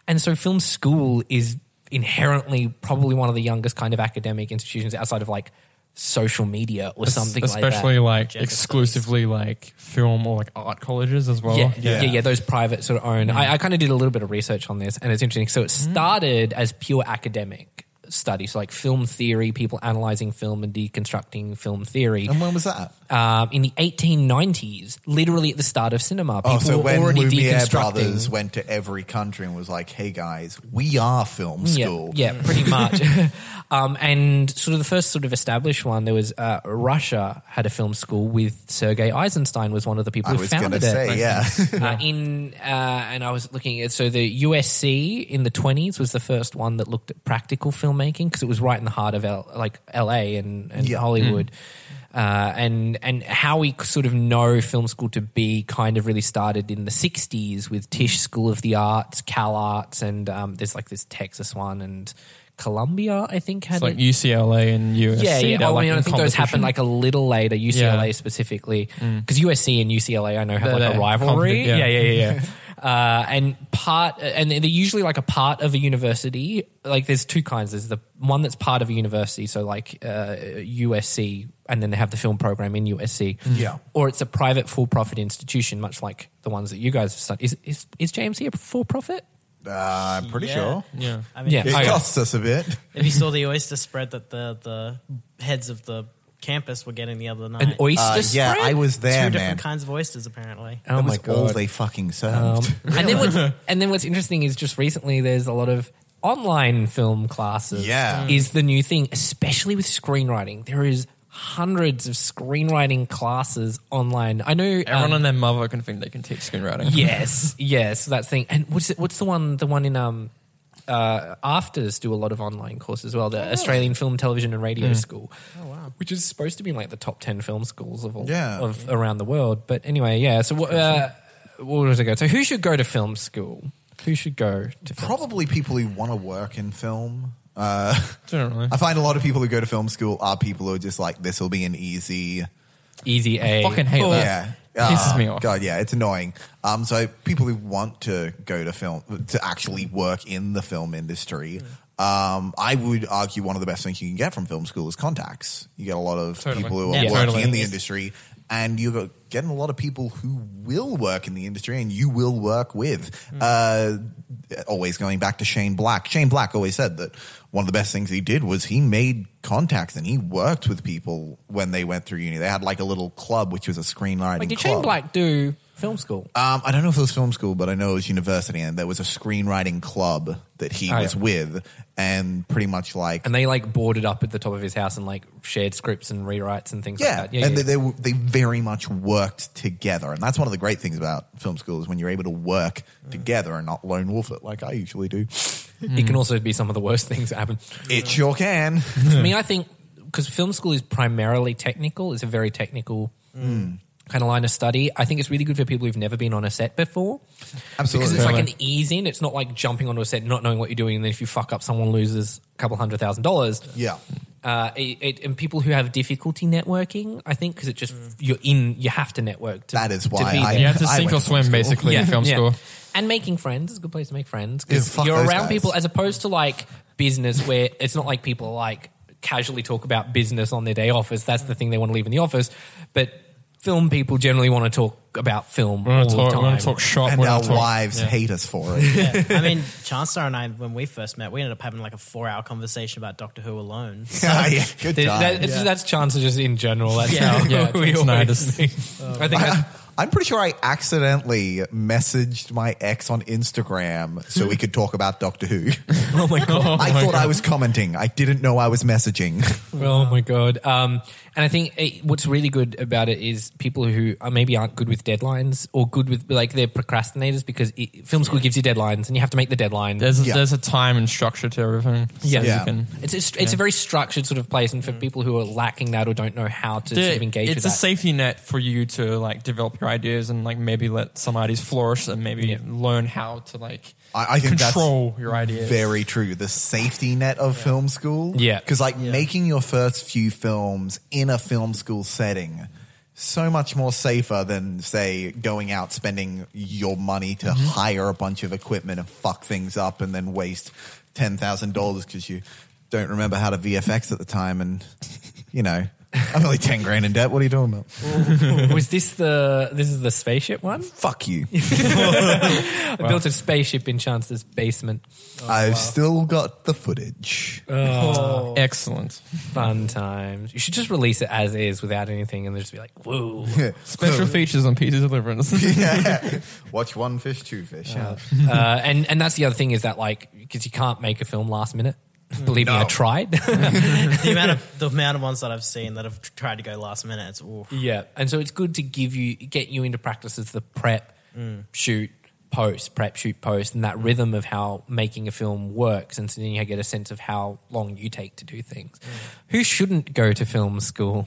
Speaker 4: and so film school is inherently probably one of the youngest kind of academic institutions outside of like social media or something like that.
Speaker 7: Especially like,
Speaker 6: Gender
Speaker 7: exclusively like film or like art colleges as well.
Speaker 4: Yeah, yeah,
Speaker 5: Oh, Yeah. Mm.
Speaker 4: yeah, Those private sort of owned. I, I kind of did a little bit of research on this, and it's interesting. So it started as pure academic study, so like film theory, people analyzing film and deconstructing film theory.
Speaker 5: and when was that?
Speaker 4: Um, in the 1890s, literally at the start of cinema, people
Speaker 5: Oh, so
Speaker 4: were
Speaker 5: when
Speaker 4: already
Speaker 5: Lumiere
Speaker 4: deconstructing.
Speaker 5: brothers went to every country and was like, "Hey guys, we are film school."
Speaker 4: Yeah, yeah pretty much. um, and sort of the first sort of established one, there was uh, Russia had a film school with Sergei Eisenstein was one of the people
Speaker 5: I
Speaker 4: who
Speaker 5: was gonna
Speaker 4: founded it.
Speaker 5: say, yeah.
Speaker 4: uh, in uh, and I was looking at so the USC in the twenties was the first one that looked at practical filmmaking because it was right in the heart of L- like LA and, and
Speaker 5: Yeah.
Speaker 4: Hollywood. Uh, and and how we sort of know film school to be kind of really started in the '60s with Tisch School of the Arts, Cal Arts, and um, there's like this Texas one and Columbia, I think had
Speaker 7: It's like
Speaker 4: it.
Speaker 7: UCLA and USC.
Speaker 4: Yeah, yeah.
Speaker 7: they're,
Speaker 4: Oh, I
Speaker 7: like,
Speaker 4: mean, I
Speaker 7: in
Speaker 4: think those
Speaker 7: competition.
Speaker 4: happened like a little later. UCLA
Speaker 7: Yeah. Mm.
Speaker 4: specifically, because USC and UCLA, I know have
Speaker 7: They're-
Speaker 4: like a
Speaker 7: they're
Speaker 4: rivalry.
Speaker 7: competi- yeah.
Speaker 4: yeah, yeah, yeah. yeah. uh, and part, and they're usually like a part of a university. Like, there's two kinds. There's the one that's part of a university, so like uh, USC, and then they have the film program in USC.
Speaker 7: Mm.
Speaker 5: Yeah.
Speaker 4: Or it's a private for-profit institution, much like the ones that you guys have studied. Is is, is JMC a for-profit?
Speaker 5: Uh, I'm pretty
Speaker 6: Yeah.
Speaker 5: sure
Speaker 7: Yeah.
Speaker 6: I mean,
Speaker 4: Yeah.
Speaker 6: if
Speaker 5: it
Speaker 6: you-
Speaker 4: Okay.
Speaker 5: costs us a bit.
Speaker 6: if you saw the oyster spread that the the heads of the campus were getting the other night,
Speaker 4: An oyster
Speaker 5: Uh, yeah,
Speaker 4: spread?
Speaker 5: I was
Speaker 6: two
Speaker 5: there,
Speaker 6: different
Speaker 5: man.
Speaker 6: kinds of oysters apparently.
Speaker 4: Oh
Speaker 5: that
Speaker 4: my
Speaker 5: was
Speaker 4: god!
Speaker 5: all they fucking served.
Speaker 4: Um, and then what's, and then what's interesting is just recently there's a lot of online film classes.
Speaker 5: Yeah. Mm.
Speaker 4: is the new thing, especially with screenwriting. There is hundreds of screenwriting classes online. I know um,
Speaker 7: Everyone and their mother can think they can teach screenwriting.
Speaker 4: yes, yes, that's the thing. And what's it, what's the one? The one in um, uh, afters do a lot of online courses as well. The Australian Film, Television, and Radio
Speaker 5: Hmm.
Speaker 4: School. Oh wow! Which is supposed to be like the top ten film schools of all
Speaker 5: Yeah.
Speaker 4: of around the world. But anyway, yeah. So what? Uh, what was I going? So who should go to film school? Who should go to film
Speaker 5: Probably people who want to work in film. Uh,
Speaker 7: Generally.
Speaker 5: I find a lot of people who go to film school are people who are just like, "This will be an easy."
Speaker 4: Easy A?
Speaker 7: Fucking hate that.
Speaker 5: Oh, Yeah. Ah, Oh,
Speaker 7: Pisses me off.
Speaker 5: God, yeah, it's annoying. Um, so people who want to go to film to actually work in the film industry, um, I would argue one of the best things you can get from film school is contacts. You get a lot of
Speaker 7: Totally.
Speaker 5: people who are
Speaker 6: Yeah,
Speaker 5: working
Speaker 7: totally.
Speaker 5: in the industry, and you're getting a lot of people who will work in the industry and you will work with.
Speaker 7: Mm.
Speaker 5: Uh, always going back to Shane Black. Shane Black always said that one of the best things he did was he made contacts and he worked with people when they went through uni. They had like a little club, which was a screenwriting
Speaker 4: Like, did
Speaker 5: club.
Speaker 4: Shane Black do film school?
Speaker 5: Um, I don't know if it was film school, but I know it was university, and there was a screenwriting club that he
Speaker 4: Oh,
Speaker 5: was
Speaker 4: yeah.
Speaker 5: with, and pretty much like
Speaker 4: And they like boarded up at the top of his house and like shared scripts and rewrites and things
Speaker 5: yeah,
Speaker 4: like that. Yeah,
Speaker 5: and They,
Speaker 4: yeah.
Speaker 5: they were- they very much worked together, and that's one of the great things about film school is when you're able to work together and not lone wolf it like I usually do.
Speaker 4: It
Speaker 5: Hmm.
Speaker 4: can also be some of the worst things that happen.
Speaker 5: It sure can. Hmm. Hmm.
Speaker 4: For me, I think because film school is primarily technical, it's a very technical kind of line of study. I think it's really good for people who've never been on a set before.
Speaker 5: Absolutely.
Speaker 4: Because it's like an ease in. It's not like jumping onto a set, not knowing what you're doing, and then if you fuck up, someone loses a couple hundred thousand dollars.
Speaker 5: Yeah.
Speaker 4: Uh, it, it, and people who have difficulty networking, I think, because it just you're in, you have to network. To,
Speaker 5: Hmm. That is
Speaker 4: to
Speaker 5: why
Speaker 4: be
Speaker 5: I-
Speaker 4: there.
Speaker 7: You have to
Speaker 5: I
Speaker 7: sink
Speaker 5: went
Speaker 7: or
Speaker 5: to
Speaker 7: swim,
Speaker 5: school.
Speaker 7: basically, in film school.
Speaker 4: And making friends is a good place to make friends
Speaker 5: Yeah,
Speaker 4: because
Speaker 5: fuck
Speaker 4: you're
Speaker 5: those
Speaker 4: around
Speaker 5: guys.
Speaker 4: people as opposed to like business where it's not like people like casually talk about business on their day off. As that's the thing they want to leave in the office, but film people generally want to talk about film
Speaker 7: We
Speaker 4: all
Speaker 7: want to talk.
Speaker 4: the
Speaker 7: We
Speaker 4: time.
Speaker 7: want to talk shop.
Speaker 5: and
Speaker 7: we wanna
Speaker 5: our
Speaker 7: talk-
Speaker 5: wives
Speaker 7: yeah.
Speaker 5: hate us for it.
Speaker 6: Yeah. I mean, Chancellor and I, when we first met, we ended up having like a four hour conversation about Doctor Who alone.
Speaker 5: Ah, yeah, good
Speaker 4: Th- that-
Speaker 5: time.
Speaker 4: it's- That's chance just in general. That's
Speaker 6: Yeah.
Speaker 4: how
Speaker 7: Yeah,
Speaker 4: we
Speaker 7: it's
Speaker 4: always
Speaker 7: nice.
Speaker 4: think. I think that's,
Speaker 5: I'm pretty sure I accidentally messaged my ex on Instagram so we could talk about Doctor Who.
Speaker 4: oh my god.
Speaker 5: I thought I was commenting. I didn't know I was messaging.
Speaker 4: Oh my god! Um, and I think it, what's really good about it is people who are maybe aren't good with deadlines or good with like they're procrastinators because it, film school gives you deadlines and you have to make the deadline.
Speaker 7: There's a,
Speaker 5: Yeah.
Speaker 7: there's a time and structure to everything. So
Speaker 4: Yeah.
Speaker 7: you
Speaker 5: Yeah.
Speaker 7: can-
Speaker 4: it's a, it's a very structured sort of place, and for people who are lacking that or don't know how to sort of engage
Speaker 7: it's
Speaker 4: with
Speaker 7: a
Speaker 4: that,
Speaker 7: safety net for you to like develop your ideas and like maybe let some ideas flourish and maybe learn how to like
Speaker 5: I, I think
Speaker 7: control
Speaker 5: that's
Speaker 7: your ideas.
Speaker 5: Very true. The safety net of film school.
Speaker 4: Yeah.
Speaker 5: Because like making your first few films in a film school setting so much more safer than say going out spending your money to hire a bunch of equipment and fuck things up and then waste ten thousand dollars because you don't remember how to VFX at the time and you know I'm only ten grand in debt. What are you talking about?
Speaker 4: was this the this is the spaceship one?
Speaker 5: Fuck you.
Speaker 4: I built a spaceship in Chance's basement.
Speaker 5: I've still got the footage.
Speaker 7: Excellent.
Speaker 4: Fun times. You should just release it as is without anything, and just be like, "Whoa."
Speaker 7: Special features on Peter's Deliverance.
Speaker 5: yeah. Watch one fish, two fish. Yeah.
Speaker 4: uh, and and that's the other thing is that like because you can't make a film last minute. Believe me, I
Speaker 5: No.
Speaker 4: tried.
Speaker 6: the amount of the amount of ones that I've seen that have t- tried to go last minute, it's oof.
Speaker 4: yeah, and so it's good to give you get you into practice as the prep,
Speaker 5: Mm.
Speaker 4: shoot, post, prep, shoot, post, and that rhythm of how making a film works, and so then you get a sense of how long you take to do things.
Speaker 5: Mm.
Speaker 4: Who shouldn't go to film school?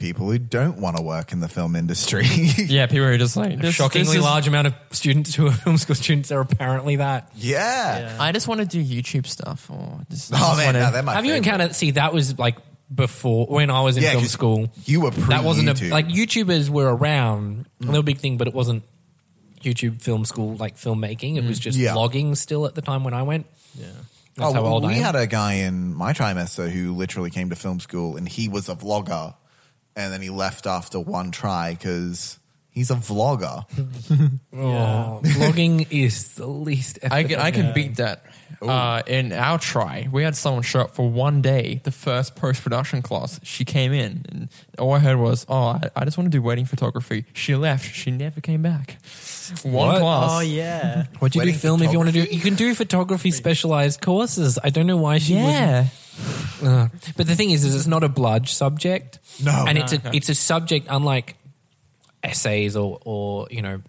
Speaker 5: People who don't want to work in the film industry.
Speaker 7: yeah, people are just like
Speaker 4: A
Speaker 7: this-
Speaker 4: shockingly
Speaker 7: this is-
Speaker 4: large amount of students who are film school students are apparently that.
Speaker 5: yeah.
Speaker 7: I just want to do YouTube stuff. Or just, I
Speaker 5: Oh
Speaker 7: just
Speaker 5: man,
Speaker 7: wanna-
Speaker 5: no, they're my
Speaker 4: Have you
Speaker 5: favorite.
Speaker 4: encountered? See, that was like before when I was in
Speaker 5: Yeah,
Speaker 4: film
Speaker 5: 'cause
Speaker 4: school.
Speaker 5: You were
Speaker 4: that wasn't a,
Speaker 5: pre-YouTube.
Speaker 4: like YouTubers were around. They were a big thing, but it wasn't YouTube film school like filmmaking. It was just
Speaker 5: Mm. Yeah.
Speaker 4: vlogging still at the time when I went. Yeah, that's
Speaker 5: oh,
Speaker 4: how
Speaker 5: well,
Speaker 4: old
Speaker 5: we
Speaker 4: I am.
Speaker 5: had a guy in my trimester who literally came to film school and he was a vlogger, and then he left after one try because he's a vlogger.
Speaker 4: oh, vlogging is the least. Effort
Speaker 7: I can, I can beat that. Uh, in our try, we had someone show up for one day, the first post production class. She came in, and all I heard was, Oh, I, I just want to do wedding photography. She left. She never came back. One
Speaker 4: What?
Speaker 7: class.
Speaker 6: Oh yeah.
Speaker 4: What do you do
Speaker 5: Wedding
Speaker 4: film if you want to do?
Speaker 5: photography?
Speaker 4: You can do photography specialized courses. I don't know why she wouldn't.
Speaker 7: Yeah.
Speaker 4: But the thing is, is it's not a bludge subject.
Speaker 5: No.
Speaker 4: and it's a it's a subject unlike essays or or you know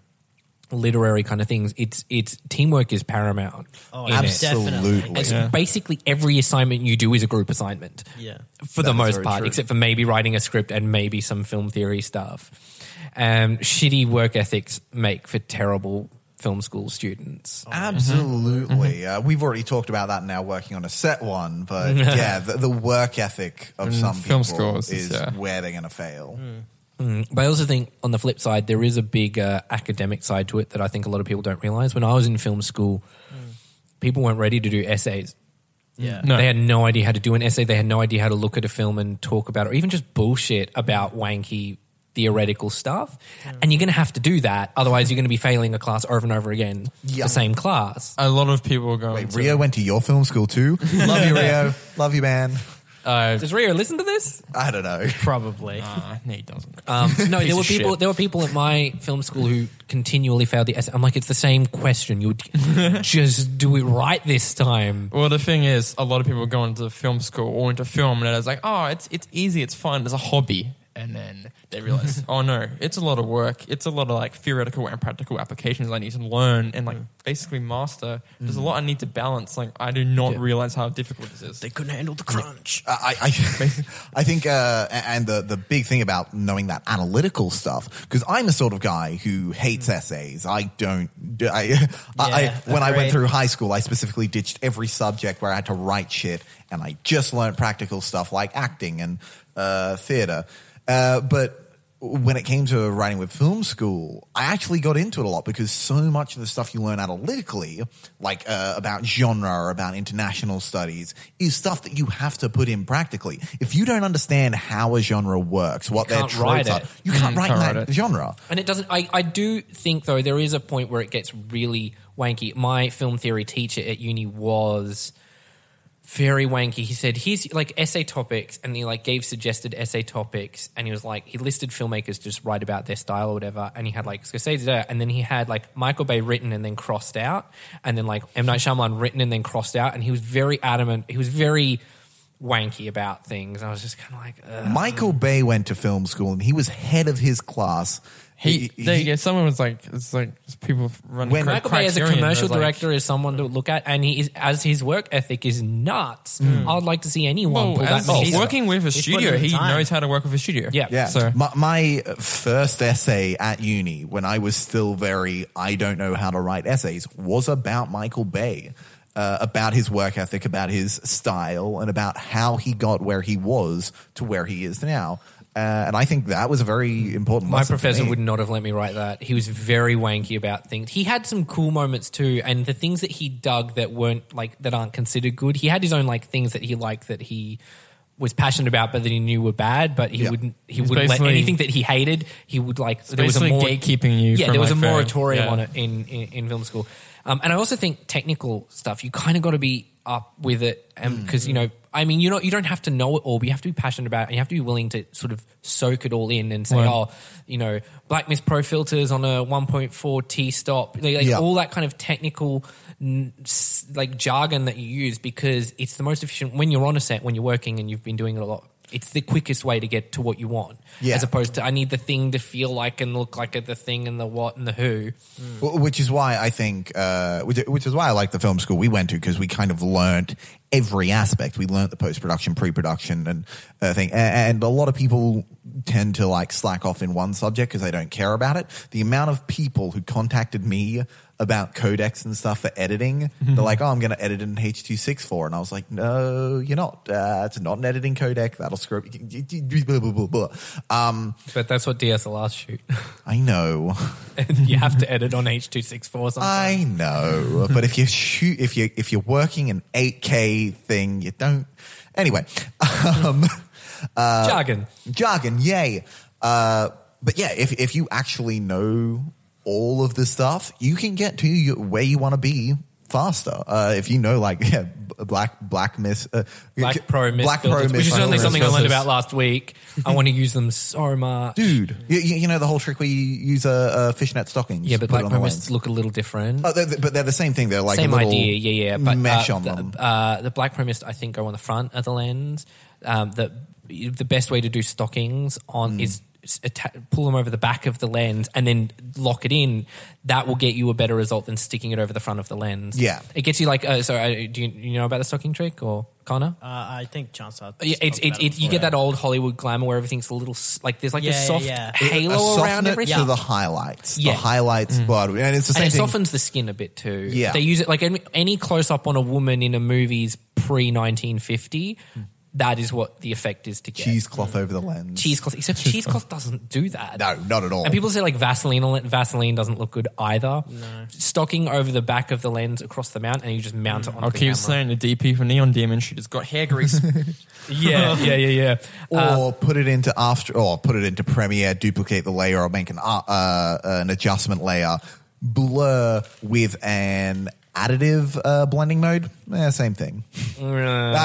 Speaker 4: literary kind of things. It's it's teamwork is paramount.
Speaker 6: Oh,
Speaker 4: in it.
Speaker 6: Definitely.
Speaker 5: Absolutely.
Speaker 4: It's basically every assignment you do is a group assignment.
Speaker 6: Yeah.
Speaker 4: For
Speaker 5: That
Speaker 4: the
Speaker 5: is
Speaker 4: most
Speaker 5: very
Speaker 4: part,
Speaker 5: true.
Speaker 4: except for maybe writing a script and maybe some film theory stuff. Um, shitty work ethics make for terrible film school students.
Speaker 5: Absolutely.
Speaker 4: Mm-hmm.
Speaker 5: Uh, we've already talked about that now working on a set one, but yeah, the, the work ethic
Speaker 4: Mm,
Speaker 5: of some
Speaker 7: film
Speaker 5: people
Speaker 7: scores is,
Speaker 5: is
Speaker 7: yeah.
Speaker 5: where they're going to fail.
Speaker 4: But I also think on the flip side, there is a big uh, academic side to it that I think a lot of people don't realize. When I was in film school, people weren't ready to do essays.
Speaker 6: Yeah.
Speaker 7: No.
Speaker 4: They had no idea how to do an essay. They had no idea how to look at a film and talk about it, or even just bullshit about wanky theoretical stuff. And you're going to have to do that. Otherwise, you're going to be failing a class over and over again,
Speaker 5: Yeah.
Speaker 4: the same class.
Speaker 7: A lot of people go.
Speaker 5: Wait,
Speaker 7: into-
Speaker 5: Rio went to your film school too? Love you, Rio. Love you, man.
Speaker 7: Uh,
Speaker 4: Does Rio listen to this?
Speaker 5: I don't know.
Speaker 6: Probably.
Speaker 7: uh, no, he doesn't.
Speaker 4: Um, no,
Speaker 7: Piece
Speaker 4: there were
Speaker 7: of
Speaker 4: people.
Speaker 7: shit.
Speaker 4: There were people at my film school who continually failed the essay. I'm like, it's the same question. You would just do it right this time.
Speaker 7: Well, the thing is, a lot of people go into film school or into film, and it's like, oh, it's it's easy, it's fun, it's a hobby. Uh, and then they realize, oh no, it's a lot of work. It's a lot of like theoretical and practical applications I need to learn and like basically master. There's a lot I need to balance. Like I do not realize how difficult this is.
Speaker 6: They couldn't handle the crunch.
Speaker 5: I, I, I think, uh, and the, the big thing about knowing that analytical stuff, because I'm the sort of guy who hates essays. I don't, do- I, I,
Speaker 6: Yeah,
Speaker 5: I, when I went
Speaker 6: agreed.
Speaker 5: through high school, I specifically ditched every subject where I had to write shit and I just learned practical stuff like acting and, uh, theater. Uh, but when it came to writing with film school, I actually got into it a lot because so much of the stuff you learn analytically, like uh, about genre, about international studies, is stuff that you have to put in practically. If you don't understand how a genre works, what their
Speaker 4: can't write
Speaker 5: tropes are,
Speaker 4: it.
Speaker 5: you can't write in
Speaker 7: Mm, can't
Speaker 5: that
Speaker 7: write it.
Speaker 5: genre.
Speaker 4: And it doesn't. I, I do think though there is a point where it gets really wanky. My film theory teacher at uni was very wanky. He said, "Here's like essay topics," and he like gave suggested essay topics, and he was like, he listed filmmakers to just write about their style or whatever, and he had like Scorsese, da, da, and then he had like Michael Bay written and then crossed out, and then like M Night Shyamalan written and then crossed out, and he was very adamant. He was very wanky about things. And I was just kind of like, Ugh.
Speaker 5: Michael Bay went to film school and he was head of his class.
Speaker 7: He, they, yeah, someone was like, it's like people running.
Speaker 5: When
Speaker 7: cri-
Speaker 4: Michael Bay as a
Speaker 7: Criterion,
Speaker 4: commercial
Speaker 7: it was like-
Speaker 4: director is someone to look at, and he is, as his work ethic is nuts. I'd like to see anyone
Speaker 7: Well,
Speaker 4: pull that
Speaker 7: Hmm. as he's
Speaker 4: off.
Speaker 7: working with a
Speaker 6: in
Speaker 7: studio,
Speaker 6: the
Speaker 7: he
Speaker 6: time.
Speaker 7: knows how to work with a studio.
Speaker 4: Yeah.
Speaker 5: Yeah.
Speaker 7: So
Speaker 5: my, my first essay at uni, when I was still very, I don't know how to write essays, was about Michael Bay, uh, about his work ethic, about his style, and about how he got where he was to where he is now. Uh, and I think that was a very important.
Speaker 4: My
Speaker 5: lesson for
Speaker 4: professor
Speaker 5: me.
Speaker 4: would not have let me write that. He was very wanky about things. He had some cool moments too, and the things that he dug that weren't like that aren't considered good. He had his own like things that he liked that he was passionate about, but that he knew were bad. But he
Speaker 5: Yeah.
Speaker 4: wouldn't. He wouldn't let
Speaker 7: basically-
Speaker 4: anything that he hated. He would like. There was a
Speaker 7: basically
Speaker 4: more
Speaker 7: gatekeeping you
Speaker 4: Yeah,
Speaker 7: from,
Speaker 4: there was
Speaker 7: like,
Speaker 4: a
Speaker 7: fair-
Speaker 4: moratorium
Speaker 7: yeah.
Speaker 4: on it in in, in film school, um, and I also think technical stuff. You kind of got to be up with it,
Speaker 5: Mm.
Speaker 4: and because you know. I mean, you not you don't have to know it all, but you have to be passionate about it. And you have to be willing to sort of soak it all in and say,
Speaker 7: Right.
Speaker 4: "Oh, you know, Black Mist Pro filters on a 1.4 T stop, like, like
Speaker 5: Yeah.
Speaker 4: all that kind of technical n- s- like jargon that you use because it's the most efficient when you're on a set, when you're working and you've been doing it a lot. It's the quickest way to get to what you want,
Speaker 5: Yeah.
Speaker 4: as opposed to I need the thing to feel like and look like it, the thing and the what and the who.
Speaker 5: Wh- which is why I think, uh, which, which is why I like the film school we went to because we kind of learnt every aspect. We learnt the post production, pre production, and uh, thing. A- And, a lot of people tend to like slack off in one subject because they don't care about it. The amount of people who contacted me about codecs and stuff for editing, they're like, "Oh, I'm going to edit in H.264," and I was like, "No, you're not. Uh, it's not an editing codec. That'll screw." Blah, blah, blah, blah. Um,
Speaker 4: But that's what DSLRs shoot.
Speaker 5: I know.
Speaker 4: and you have to edit on H two six four.
Speaker 5: I know, but if you shoot, if you if you're working an 8K thing, you don't. Anyway, um,
Speaker 4: jargon.
Speaker 5: jargon, yay! Uh, but yeah, if if you actually know all of the stuff, you can get to your, where you want to be faster. Uh, if you know, like, yeah, b- black black miss, uh,
Speaker 4: Black Pro Mist
Speaker 5: black
Speaker 4: filters,
Speaker 5: pro
Speaker 4: which
Speaker 5: miss
Speaker 4: is certainly
Speaker 5: filters.
Speaker 4: something I learned about last week. I want to use them so much.
Speaker 5: Dude, you, you you know the whole trick where you use a, a fishnet stocking.
Speaker 4: Yeah, but
Speaker 5: put it
Speaker 4: Black
Speaker 5: on the
Speaker 4: Pro
Speaker 5: lens.
Speaker 4: Mists look a little different.
Speaker 5: Oh, they're, they're- but they're the same thing. They're like a
Speaker 4: Same
Speaker 5: little
Speaker 4: idea, yeah, yeah. But
Speaker 5: mesh
Speaker 4: uh,
Speaker 5: on
Speaker 4: the,
Speaker 5: them.
Speaker 4: Uh, the Black Pro Mist, I think, go on the front of the lens. Um, the the best way to do stockings on
Speaker 5: Mm.
Speaker 4: is s- atta- pull them over the back of the lens and then lock it in. That will get you a better result than sticking it over the front of the lens.
Speaker 5: Yeah.
Speaker 4: it gets you like. Uh, so, uh, do you, you know about the stocking trick or Connor?
Speaker 6: Uh, I think Chance. I'll
Speaker 4: Yeah, it's,
Speaker 6: talk
Speaker 4: it's,
Speaker 6: about
Speaker 4: it, you get that old Hollywood glamour where everything's a little s- like there's like
Speaker 6: Yeah,
Speaker 4: this
Speaker 6: yeah,
Speaker 4: soft
Speaker 6: yeah.
Speaker 4: halo
Speaker 5: a
Speaker 4: around
Speaker 5: softener
Speaker 4: everything.
Speaker 5: to the highlights.
Speaker 4: Yeah.
Speaker 5: The highlights, but and it's the same
Speaker 4: and it
Speaker 5: thing.
Speaker 4: softens the skin a bit too.
Speaker 5: Yeah.
Speaker 4: they use it like any, any close up on a woman in a movie's pre nineteen fifty. That is what the effect is to get
Speaker 5: cheesecloth over the lens.
Speaker 4: cheesecloth. Except cheesecloth doesn't do that.
Speaker 5: No, not at all.
Speaker 4: And people say like Vaseline on it. Vaseline doesn't look good either. No. Stocking over the back of the lens across the mount, and you just mount
Speaker 5: Mm.
Speaker 4: it on.
Speaker 7: I'll
Speaker 4: the
Speaker 7: keep
Speaker 4: camera.
Speaker 7: saying the DP for Neon Demon. She just got hair grease.
Speaker 4: Yeah, yeah, yeah, yeah.
Speaker 5: or put it into after, or put it into Premiere, duplicate the layer, or make an uh, uh, an adjustment layer, blur with an additive uh, blending mode. Eh, same thing. I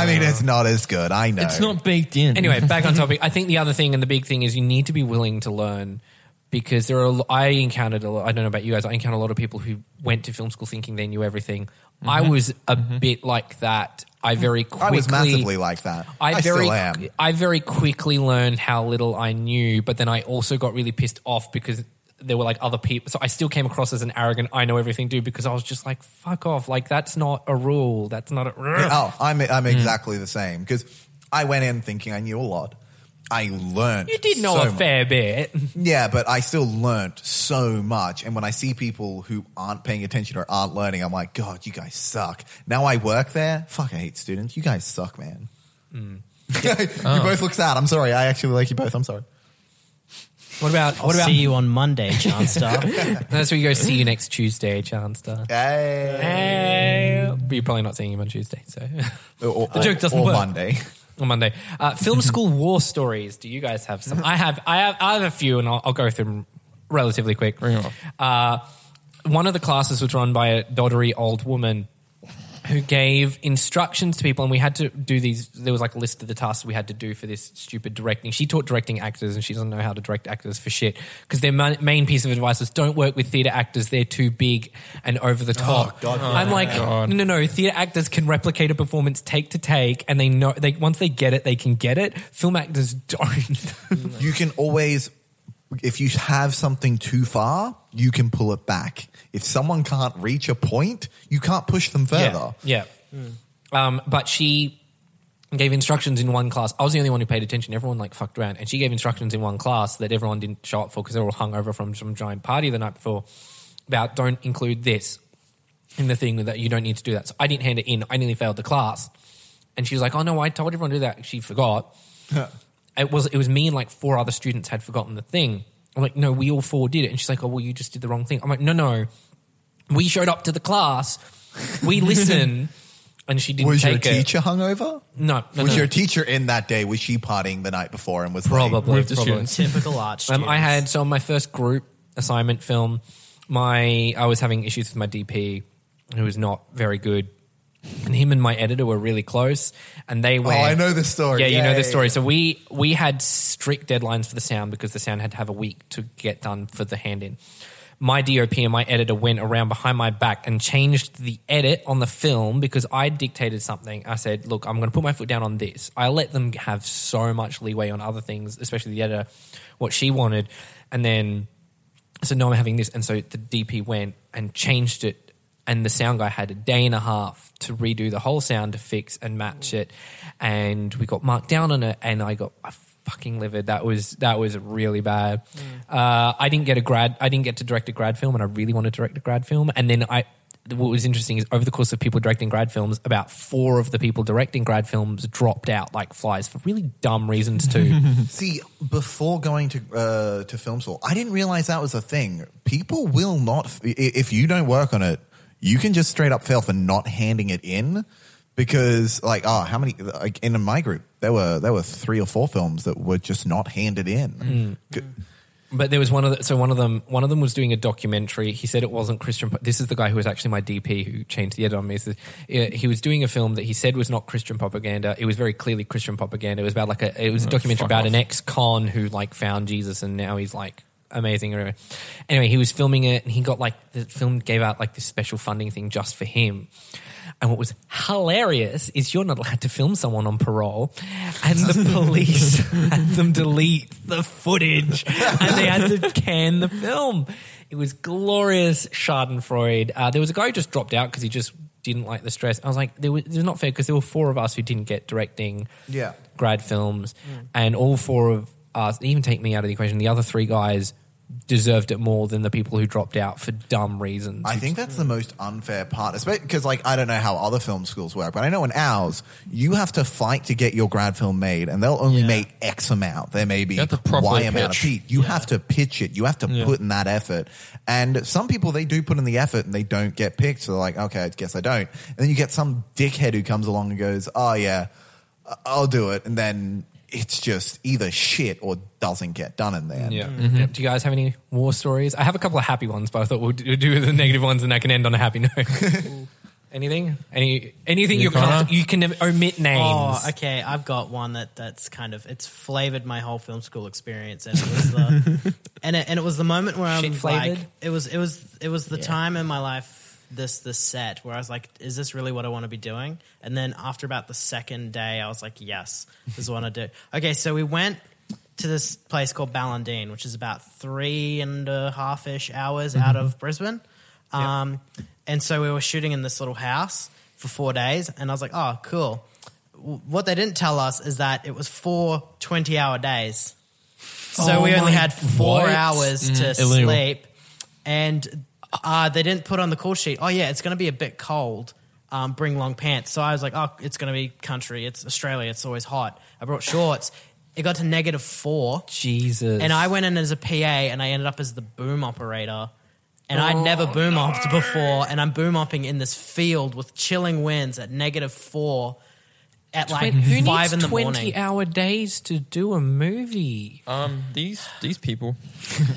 Speaker 5: mean, it's not as good. I know.
Speaker 7: it's not baked in.
Speaker 4: Anyway, back on topic. I think the other thing and the big thing is you need to be willing to learn because there are. a lo- I encountered. A lot, I don't know about you guys. I encountered a lot of people who went to film school thinking they knew everything. I was a bit like that. I very quickly
Speaker 5: I was massively like that. I,
Speaker 4: very,
Speaker 5: still am.
Speaker 4: I very quickly learned how little I knew, but then I also got really pissed off because there were like other people. So I still came across as an arrogant, I know everything dude because I was just like, fuck off. Like, that's not a rule. That's not a.
Speaker 5: Oh, I'm I'm
Speaker 4: Hmm.
Speaker 5: exactly the same because I went in thinking I knew a lot. I learned.
Speaker 4: you did know
Speaker 5: so
Speaker 4: a fair bit.
Speaker 5: Yeah, but I still learnt so much. And when I see people who aren't paying attention or aren't learning, I'm like, God, you guys suck. Now I work there. Fuck, I hate students. You guys suck, man.
Speaker 4: Oh.
Speaker 5: you both look sad. I'm sorry. I actually like you both. I'm sorry.
Speaker 4: What about, what about,
Speaker 6: See you on Monday, Chanstar.
Speaker 4: that's where you go, see you next Tuesday, Chanstar.
Speaker 5: Hey.
Speaker 4: Hey. But you're probably not seeing him on Tuesday, so.
Speaker 5: Or,
Speaker 4: The joke doesn't
Speaker 5: or
Speaker 4: work.
Speaker 5: Monday.
Speaker 4: on Monday. Uh, film school war stories. Do you guys have some? I have. I have. I have a few, and I'll, I'll go through them relatively quick.
Speaker 7: Bring 'em up.
Speaker 4: Uh, one of the classes was run by a doddery old woman who gave instructions to people, and we had to do these. There was like a list of the tasks we had to do for this stupid directing. She taught directing actors, and she doesn't know how to direct actors for shit because their ma- main piece of advice was don't work with theater actors; they're too big and over the top. I'm like, no, no, no. Theater actors can replicate a performance take to take, and they know they once they get it, they can get it. Film actors don't.
Speaker 5: You can always, if you have something too far, you can pull it back. If someone can't reach a point, you can't push them further.
Speaker 4: Yeah. yeah. Um, but she gave instructions in one class. I was the only one who paid attention. Everyone like fucked around, and she gave instructions in one class that everyone didn't show up for because they were all hungover from some giant party the night before. About don't include this in the thing that you don't need to do that. So I didn't hand it in. I nearly failed the class, and she was like, "Oh no, I told everyone to do that." She forgot. it was it was me and like four other students had forgotten the thing. I'm like, "No, we all four did it," and she's like, "Oh well, you just did the wrong thing." I'm like, "No, no." we showed up to the class, we listen, and she didn't
Speaker 5: Was your
Speaker 4: take it.
Speaker 5: teacher hungover?
Speaker 4: No, no,
Speaker 5: was
Speaker 4: no.
Speaker 5: your teacher in that day? Was she partying the night before and was like-
Speaker 4: probably
Speaker 7: With the
Speaker 4: probably.
Speaker 7: students.
Speaker 6: Typical art
Speaker 4: Um,
Speaker 6: students.
Speaker 4: I had so on my first group assignment film, my I was having issues with my DP, who was not very good, and him and my editor were really close, and they went.
Speaker 5: Oh, I know this story.
Speaker 4: Yeah, you know
Speaker 5: Yeah,
Speaker 4: this
Speaker 5: yeah,
Speaker 4: story. So we we had strict deadlines for the sound because the sound had to have a week to get done for the hand in. My DOP and my editor went around behind my back and changed the edit on the film because I dictated something. I said, "Look, I'm going to put my foot down on this." I let them have so much leeway on other things, especially the editor, what she wanted, and then so no, I'm having this. And so the DP went and changed it. And the sound guy had a day and a half to redo the whole sound to fix and match it. And we got marked down on it. And I got I fucking livid. That was that was really bad. Uh, I didn't get a grad. I didn't get to direct a grad film, and I really wanted to direct a grad film. And then I. What was interesting is over the course of people directing grad films, about four of the people directing grad films dropped out like flies for really dumb reasons too.
Speaker 5: See, before going to uh, to film school, I didn't realize that was a thing. People will not i- if you don't work on it, you can just straight up fail for not handing it in because like oh, how many like in my group there were there were three or four films that were just not handed
Speaker 4: Mm.
Speaker 5: in. G-
Speaker 4: But there was one of the, so one of them one of them was doing a documentary. He said it wasn't Christian. Pro- This is the guy who was actually my DP who changed the edit on me. He says, uh, He was doing a film that he said was not Christian propaganda. It was very clearly Christian propaganda. It was about like a it was a documentary
Speaker 7: Oh, fuck
Speaker 4: about
Speaker 7: off.
Speaker 4: an ex-con who like found Jesus and now he's like amazing. or whatever. Anyway, he was filming it and he got like the film gave out like this special funding thing just for him. And what was hilarious is you're not allowed to film someone on parole, and the police had them delete the footage, and they had to can the film. It was glorious Schadenfreude. Uh, there was a guy who just dropped out because he just didn't like the stress. I was like, there was, it was not fair because there were four of us who didn't get directing
Speaker 5: Yeah.
Speaker 4: grad films,
Speaker 6: Mm.
Speaker 4: and all four of us, even take me out of the equation, the other three guys deserved it more than the people who dropped out for dumb reasons.
Speaker 5: I think that's the most unfair part, because like I don't know how other film schools work, but I know in ours you have to fight to get your grad film made, and they'll only make X amount. There may be
Speaker 7: You have to
Speaker 5: Y
Speaker 7: properly
Speaker 5: amount of
Speaker 7: pitch.
Speaker 5: feet. You have to pitch it. You have to put in that effort. And some people they do put in the effort and they don't get picked. So they're like, okay, I guess I don't. And then you get some dickhead who comes along and goes, oh yeah, I- I'll do it, and then it's just either shit or doesn't get done in there.
Speaker 4: Yeah. Yep. Do you guys have any war stories? I have a couple of happy ones, but I thought we'll do, do the negative ones and I can end on a happy note. Anything? Any anything you
Speaker 7: Connor?
Speaker 4: can't you can omit names.
Speaker 6: Oh, okay. I've got one that that's kind of it's flavored my whole film school experience. And it was the and it, and it was the moment where I'm
Speaker 4: Shit
Speaker 6: like,
Speaker 4: flavored?
Speaker 6: it was it was it was the
Speaker 4: Yeah.
Speaker 6: time in my life this this set where I was like, is this really what I want to be doing? And then after about the second day, I was like, yes, this is what I do. Okay, so we went to this place called Ballandine, which is about three and a half ish hours out of Brisbane. Um, And so we were shooting in this little house for four days, and I was like, oh, cool. W- What they didn't tell us is that it was four 20 hour days. So
Speaker 4: Oh
Speaker 6: we only
Speaker 4: my-
Speaker 6: had four
Speaker 4: what?
Speaker 6: hours to
Speaker 7: illegal.
Speaker 6: sleep, and uh, they didn't put on the call sheet. Oh yeah, it's going to be a bit cold. Um, bring long pants. So I was like, oh, it's going to be country. It's Australia. It's always hot. I brought shorts. It got to negative four,
Speaker 4: Jesus.
Speaker 6: and I went in as a PA, and I ended up as the boom operator. And I'd never
Speaker 4: Oh,
Speaker 6: boom opped before, and I'm boom opping in this field with chilling winds at negative four at like
Speaker 4: Who needs
Speaker 6: five in the
Speaker 4: 20
Speaker 6: morning.
Speaker 4: hour days to do a movie?
Speaker 7: Um, these these people.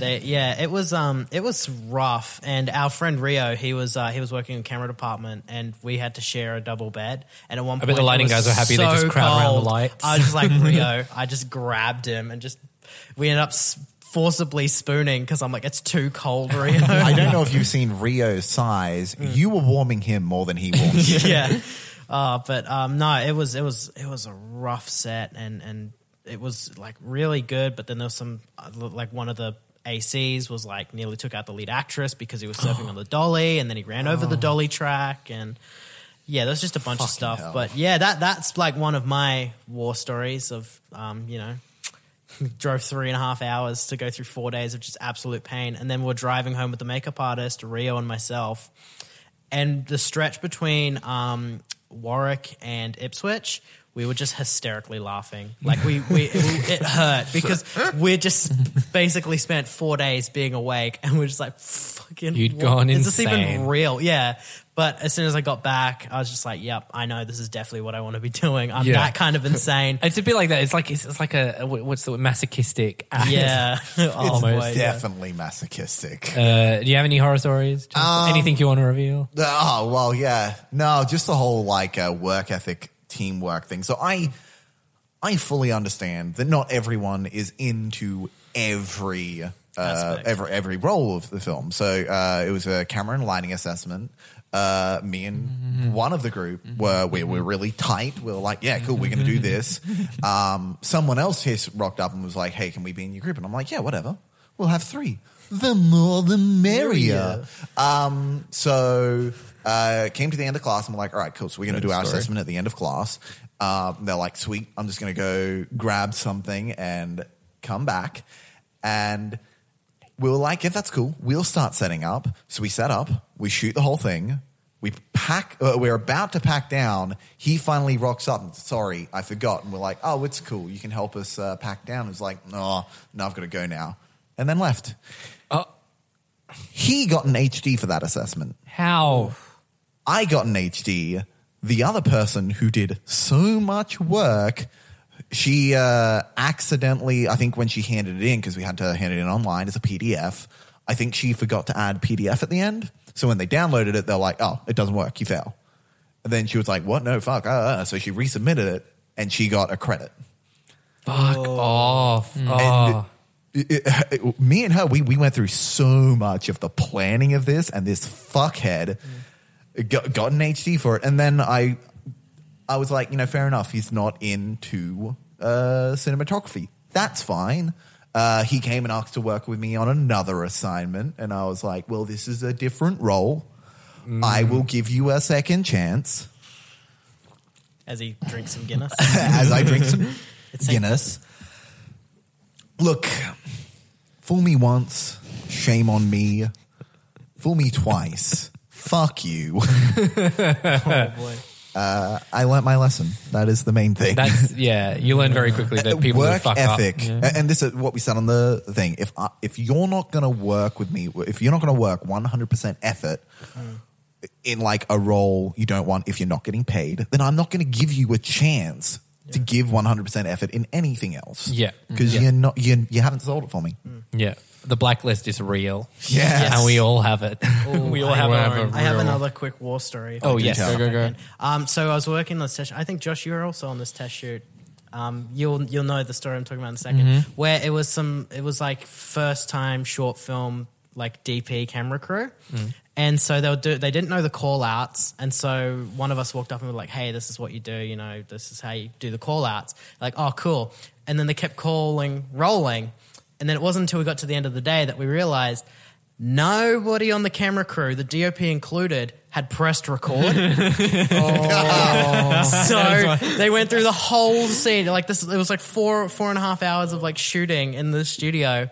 Speaker 6: They, yeah, it was um, it was rough. And our friend Rio, he was uh, he was working in camera department, and we had to share a double bed. And at one point,
Speaker 4: bet the
Speaker 6: it
Speaker 4: lighting
Speaker 6: was
Speaker 4: guys are happy they just
Speaker 6: so
Speaker 4: crowd around the
Speaker 6: cold.
Speaker 4: lights.
Speaker 6: I was just like Rio. I just grabbed him and just we ended up s- forcibly spooning because I'm like, it's too cold, Rio.
Speaker 5: I don't know if you've seen Rio's size. You were warming him more than he warmed you.
Speaker 6: yeah. Uh, but um, no, it was it was it was a rough set, and and it was like really good. But then there was some uh, like one of the ACs was like nearly took out the lead actress because he was surfing on the dolly, and then he ran over the dolly track, and yeah, there's just a bunch of
Speaker 5: Oh. Fucking
Speaker 6: stuff.
Speaker 5: hell.
Speaker 6: But yeah, that that's like one of my war stories of um, you know. Drove three and a half hours to go through four days of just absolute pain, and then we're driving home with the makeup artist Rio and myself, and the stretch between um, Warwick and Ipswich, we were just hysterically laughing. Like we, we it, it hurt because we're just basically spent four days being awake, and we're just like, fucking,
Speaker 4: You'd
Speaker 6: what-
Speaker 4: gone
Speaker 6: is this even
Speaker 4: insane.
Speaker 6: real? Yeah. But as soon as I got back, I was just like, yep, I know this is definitely what I want to be doing. I'm
Speaker 4: Yeah.
Speaker 6: that kind of insane.
Speaker 4: It's a bit like that. It's like it's, it's like a a- what's the word? masochistic. act.
Speaker 6: yeah. oh, boy, yeah.
Speaker 5: Definitely masochistic.
Speaker 4: Uh, do you have any horror stories? Just
Speaker 5: Um,
Speaker 4: anything you want to reveal?
Speaker 5: Oh well, yeah. No, just the whole like uh, work ethic, teamwork thing. So I, I fully understand that not everyone is into every uh,
Speaker 6: Aspect.
Speaker 5: every every role of the film. So uh, it was a camera and lighting assessment. Uh, me and one of the group were we were really tight. We were like, yeah, cool, we're gonna do this. Um, someone else here rocked up and was like, hey, can we be in your group? And I'm like, yeah, whatever. We'll have three. The more, the merrier. Um, so uh, came to the end of class. and we're like, all right, cool. So we're going to do our assessment at the end of class. Um, they're like, sweet. I'm just going to go grab something and come back. And we were like, yeah, that's cool. We'll start setting up. So we set up. We shoot the whole thing. We pack. Uh, we're about to pack down. He finally rocks up. And, Sorry, I forgot. And we're like, oh, it's cool. You can help us uh, pack down. He's like, no, no, I've got to go now. And then left. He got an HD for that assessment.
Speaker 4: How?
Speaker 5: I got an HD. The other person who did so much work, she uh, accidentally, I think when she handed it in, because we had to hand it in online as a PDF, I think she forgot to add PDF at the end. So when they downloaded it, they're like, oh, it doesn't work. You fail. And then she was like, what? No, fuck. Uh, uh. So she resubmitted it and she got a credit.
Speaker 4: Fuck
Speaker 5: Oh.
Speaker 4: off.
Speaker 5: And
Speaker 4: Oh.
Speaker 5: it- it- it- me and her, we, we went through so much of the planning of this, and this fuckhead got, got an HD for it. And then I, I was like, you know, fair enough. He's not into uh, cinematography. That's fine. Uh, he came and asked to work with me on another assignment, and I was like, well, this is a different role. I will give you a second chance
Speaker 6: As he drinks some Guinness.
Speaker 5: as I drink some
Speaker 6: It's like-
Speaker 5: Guinness. Look, fool me once, shame on me. Fool me twice, fuck you.
Speaker 6: oh, boy.
Speaker 5: I learnt my lesson. That is the main thing.
Speaker 4: That's yeah. You learn very quickly that people who
Speaker 5: work
Speaker 4: fuck
Speaker 5: ethic,
Speaker 4: up.
Speaker 5: A- and this is what we said on the thing. If I, if you're not going to work with me, if you're not going to work 100 percent effort
Speaker 6: Mm.
Speaker 5: in like a role you don't want, if you're not getting paid, then I'm not going to give you a chance to give 100 percent effort in anything else.
Speaker 4: Yeah.
Speaker 6: Mm.
Speaker 5: because
Speaker 4: Yeah.
Speaker 5: you're not you you haven't sold it for me.
Speaker 4: Yeah. The blacklist is real.
Speaker 5: Yes.
Speaker 4: And we all have it. we all have
Speaker 7: I
Speaker 4: our
Speaker 7: have
Speaker 4: own.
Speaker 6: Oh,
Speaker 7: a-
Speaker 6: I have
Speaker 7: Real-
Speaker 6: another quick war story.
Speaker 4: Oh, yes.
Speaker 7: Go, go, go.
Speaker 6: Um, so I was working on this test. I think Josh, you were also on this test shoot. Um, you'll you'll know the story I'm talking about in a 2nd Where it was some it was like first time short film like DP camera crew, and so they'll do they didn't know the call outs, and so one of us walked up and were like, "Hey, this is what you do. You know, this is how you do the call outs." Like, oh, cool. And then they kept calling, rolling, and then it wasn't until we got to the end of the day that we realized nobody on the camera crew, the DOP included, had pressed record. so they went through the whole scene. Like this, it was like four four and a half hours of like shooting in the studio,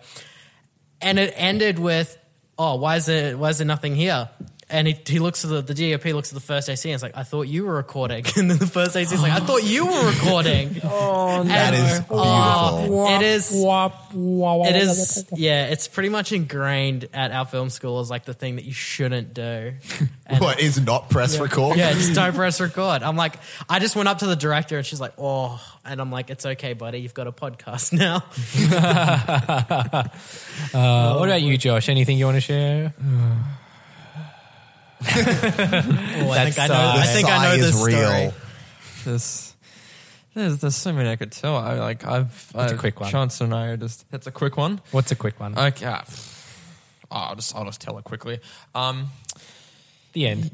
Speaker 6: and it ended with, "Oh, why is there why is there nothing here?" And he, he looks at the, the DOP looks at the first AC and it's like, I thought you were recording. And then the first AC is like, I thought you were recording. oh,
Speaker 5: That is beautiful.
Speaker 6: it is. It is. Yeah, it's pretty much ingrained at our film school as like the thing that you shouldn't do. And-
Speaker 5: What is not press record?
Speaker 6: yeah, just don't press record. I'm like, I just went up to the director and she's like, oh, and I'm like, it's okay, buddy. You've got a podcast now.
Speaker 4: Uh, what about you, Josh? Anything you want to share?
Speaker 6: Oh, I think I know.
Speaker 5: The
Speaker 6: I think I
Speaker 5: sigh
Speaker 6: know
Speaker 5: is
Speaker 6: this story.
Speaker 5: real.
Speaker 7: There's, there's, there's so many I could tell. I like I've.
Speaker 4: a
Speaker 7: It's
Speaker 4: quick one.
Speaker 7: Chance and I are just. It's a quick one.
Speaker 4: What's a quick one?
Speaker 7: Okay. ah, oh, I'll just I'll just tell it quickly. Um,
Speaker 4: the end.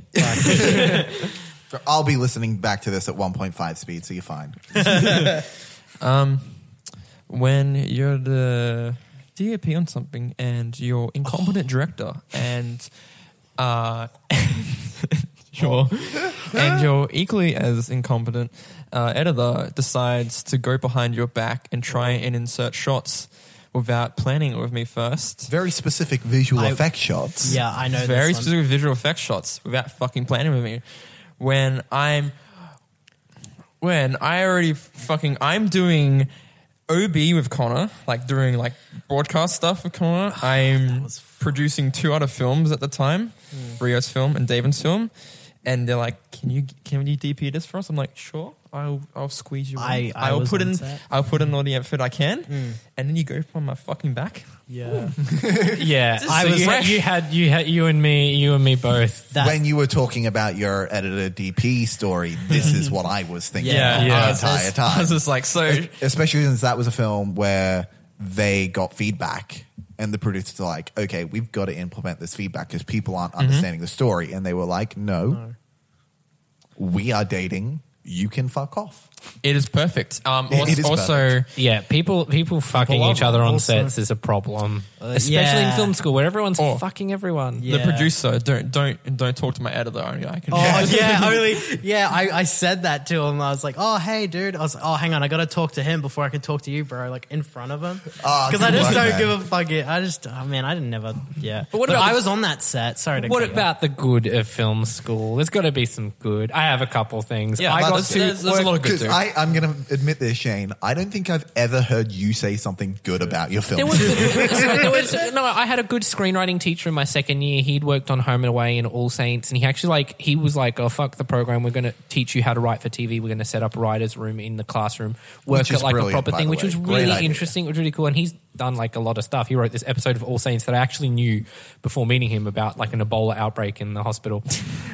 Speaker 5: I'll be listening back to this at 1.5 speed, so you're fine.
Speaker 7: when you're the DAP on something and you're incompetent director and uh, your and your equally as incompetent uh, editor decides to go behind your back and try and insert shots without planning it with me first.
Speaker 5: Very specific visual
Speaker 6: I-
Speaker 5: effect shots.
Speaker 6: Yeah, I know.
Speaker 7: Very
Speaker 6: this one.
Speaker 7: specific visual effects shots without fucking planning with me. When I'm when I already fucking I'm doing OB with Connor, like doing like broadcast stuff with Connor. I'm producing two other films at the time,
Speaker 6: Hmm.
Speaker 7: Rio's film and Davin's film, and they're like, "Can you can you DP this for us?" I'm like, "Sure, I'll I'll squeeze you.
Speaker 6: I-
Speaker 7: in.
Speaker 6: I
Speaker 7: I'll
Speaker 6: was
Speaker 7: put
Speaker 6: on
Speaker 7: in
Speaker 6: set. Hmm.
Speaker 7: I'll put in all the effort I can, and then you go from my fucking back.
Speaker 6: Yeah,
Speaker 4: yeah, I
Speaker 7: so
Speaker 4: was.
Speaker 7: fresh.
Speaker 4: You had you had you and me you and me both.
Speaker 6: that-
Speaker 5: when you were talking about your editor DP story, this is what I was thinking
Speaker 6: Yeah,
Speaker 5: the
Speaker 7: yeah.
Speaker 5: entire
Speaker 7: I
Speaker 5: time.
Speaker 7: was just like, so
Speaker 5: Especially since that was a film where they got feedback and the producers are like, okay, we've got to implement this feedback because people
Speaker 4: Mm-hmm.
Speaker 5: aren't understanding the story. And they were like, no, we are dating. You can fuck off.
Speaker 7: It is perfect. Um,
Speaker 5: It-
Speaker 7: also,
Speaker 5: it is
Speaker 7: also
Speaker 4: Yeah, people people fucking each other on
Speaker 6: also-
Speaker 4: sets is a problem, especially in
Speaker 6: yeah.
Speaker 4: film school where everyone's
Speaker 7: Oh.
Speaker 4: fucking everyone.
Speaker 7: the
Speaker 6: Yeah.
Speaker 7: producer don't don't don't talk to my editor. Only I can.
Speaker 6: Oh yeah, only yeah. I, I said that to him. I was like, "Oh hey, dude." I was like, "Oh, hang on, I got to talk to him before I can talk to you, bro." Like in front of him, because
Speaker 5: Ah,
Speaker 6: Oh, I
Speaker 5: good
Speaker 6: just
Speaker 5: work,
Speaker 6: don't
Speaker 5: man.
Speaker 6: give a fuck. It. I just, oh man, I didn't never. Yeah, but
Speaker 4: what about
Speaker 6: I
Speaker 4: the-
Speaker 6: was on that set. Sorry to.
Speaker 4: What
Speaker 6: cut you
Speaker 4: about the good of film school? There's got to be some good. I have a couple things.
Speaker 7: Yeah,
Speaker 4: I
Speaker 7: but
Speaker 4: got
Speaker 7: there's-
Speaker 4: to
Speaker 7: there's- there's a lot of good
Speaker 5: Because
Speaker 7: there.
Speaker 5: I, I'm going to admit this, Shane. I don't think I've ever heard you say something good about your film.
Speaker 4: There was, there was- no. I had a good screenwriting teacher in my second year. He'd worked on Home and Away and All Saints, and he actually like he was like, "Oh fuck the program. We're going to teach you how to write for TV. We're going to set up a writer's room in the classroom, work
Speaker 5: Which
Speaker 4: at
Speaker 5: is
Speaker 4: like a
Speaker 5: brilliant,
Speaker 4: proper
Speaker 5: by
Speaker 4: thing,"
Speaker 5: the
Speaker 4: which
Speaker 5: way.
Speaker 4: was
Speaker 5: Great
Speaker 4: really
Speaker 5: idea.
Speaker 4: interesting. It was really cool, and he's done like a lot of stuff. He wrote this episode of All Saints that I actually knew before meeting him about like an Ebola outbreak in the hospital.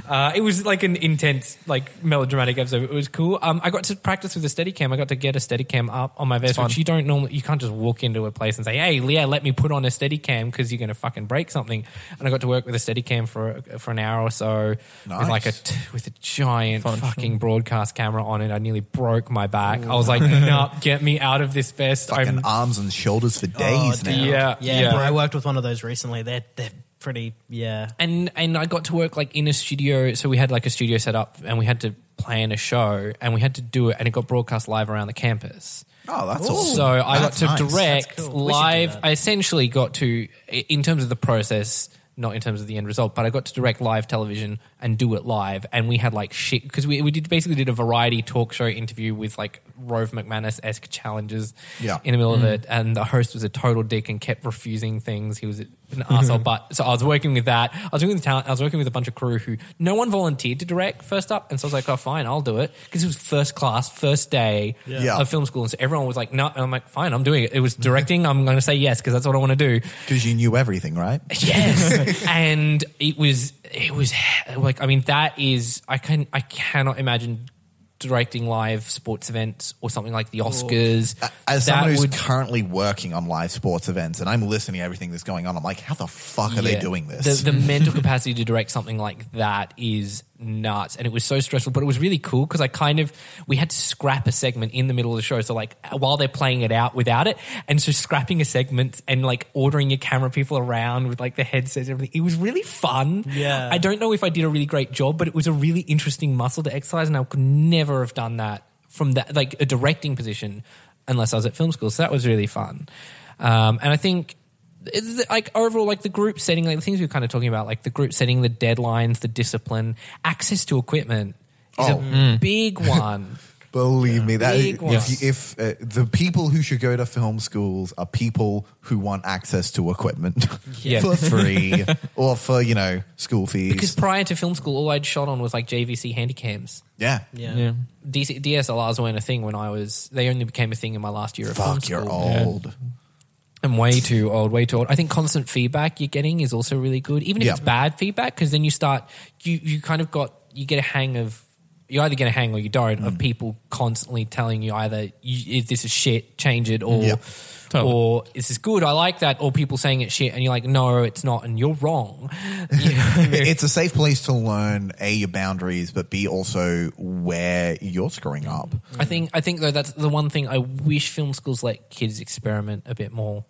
Speaker 4: uh, it was like an intense, like melodramatic episode. It was cool. Um, I got to practice with a Steadicam. I got to get a Steadicam up on my vest,
Speaker 7: fun.
Speaker 4: which you don't normally you can't just walk into a place and say, "Hey, Leah, let me put on a Steadicam because you're going to fucking break something." And I got to work with a Steadicam for for an hour or so with
Speaker 5: Nice.
Speaker 4: like a t- with a giant
Speaker 7: Fun.
Speaker 4: fucking broadcast camera on it. I nearly broke my back. I was like, "No, get me out of this vest."
Speaker 5: fucking
Speaker 4: I'm
Speaker 5: arms and shoulders for
Speaker 6: Oh,
Speaker 5: days now.
Speaker 6: dude.
Speaker 4: Yeah,
Speaker 6: yeah,
Speaker 4: yeah.
Speaker 6: bro, I worked with one of those recently. They're they're pretty. Yeah,
Speaker 4: and and I got to work like in a studio. So we had like a studio set up, and we had to plan a show, and we had to do it, and it got broadcast live around the campus.
Speaker 5: Oh, that's
Speaker 4: Ooh,
Speaker 5: awesome.
Speaker 4: So I got
Speaker 5: That's
Speaker 4: to
Speaker 5: nice.
Speaker 4: direct
Speaker 6: That's cool. We should do
Speaker 4: live.
Speaker 6: that.
Speaker 4: I essentially got to, i- in terms of the process, not in terms of the end result, but I got to direct live television and do it live. And we had like shit because we we did basically did a variety talk show interview with like Rove McManus esque challenges.
Speaker 5: Yeah.
Speaker 4: In the middle
Speaker 6: Mm.
Speaker 4: of it, and the host was a total dick and kept refusing things. He was an
Speaker 6: Mm-hmm.
Speaker 4: asshole. But so I was working with that. I was working with talent. I was working with a bunch of crew who no one volunteered to direct first up, and so I was like, oh fine, I'll do it because it was first class, first day
Speaker 5: Yeah.
Speaker 4: of film school, and so everyone was like, "No," and I'm like, "Fine, I'm doing it." It was directing. I'm going to say yes because that's what I want to do.
Speaker 5: Because you knew everything, right?
Speaker 4: Yes, and it was it was like I mean that is I can I cannot imagine directing live sports events or something like the Oscars.
Speaker 5: As someone
Speaker 4: that
Speaker 5: who's
Speaker 4: would
Speaker 5: currently working on live sports events and I'm listening to everything that's going on, I'm like, how the fuck are they
Speaker 4: Yeah.
Speaker 5: doing this?
Speaker 4: The, the mental capacity to direct something like that is nuts, and it was so stressful, but it was really cool because I kind of we had to scrap a segment in the middle of the show, so like while they're playing it out without it, and so scrapping a segment and like ordering your camera people around with like the headsets, and everything. It was really fun.
Speaker 6: Yeah.
Speaker 4: I don't know if I did a really great job, but it was a really interesting muscle to exercise, and I could never have done that from that like a directing position unless I was at film school. So that was really fun, um, and I think it's like overall, like the group setting, like the things we were kind of talking about, like the group setting, the deadlines, the discipline, access to equipment is a
Speaker 5: Mm.
Speaker 4: big one.
Speaker 5: Believe me, that
Speaker 4: Big one.
Speaker 5: if, you- if uh, the people who should go to film schools are people who want access to equipment
Speaker 4: Yeah.
Speaker 5: for free or for you know school fees.
Speaker 4: because prior to film school, all I'd shot on was like JVC handycams.
Speaker 5: yeah,
Speaker 6: Yeah.
Speaker 7: Yeah.
Speaker 4: DC, DSLRs weren't a thing when I was. They only became a thing in my last year of film
Speaker 5: fuck,
Speaker 4: school.
Speaker 5: you're old.
Speaker 4: I'm way too old, way too old. I think constant feedback you're getting is also really good, even if
Speaker 5: Yeah.
Speaker 4: it's bad feedback, because then you start you you kind of got you get a hang of you either get a hang or you don't
Speaker 5: Mm.
Speaker 4: of people constantly telling you either you, if this is shit, change it, or
Speaker 5: Yeah.
Speaker 7: Totally.
Speaker 4: or this is good, I like that, or people saying it's shit, and you're like, no, it's not, and you're wrong. You know?
Speaker 5: It's a safe place to learn a your boundaries, but b also where you're screwing up.
Speaker 4: I think I think though that's the one thing I wish film schools let kids experiment a bit more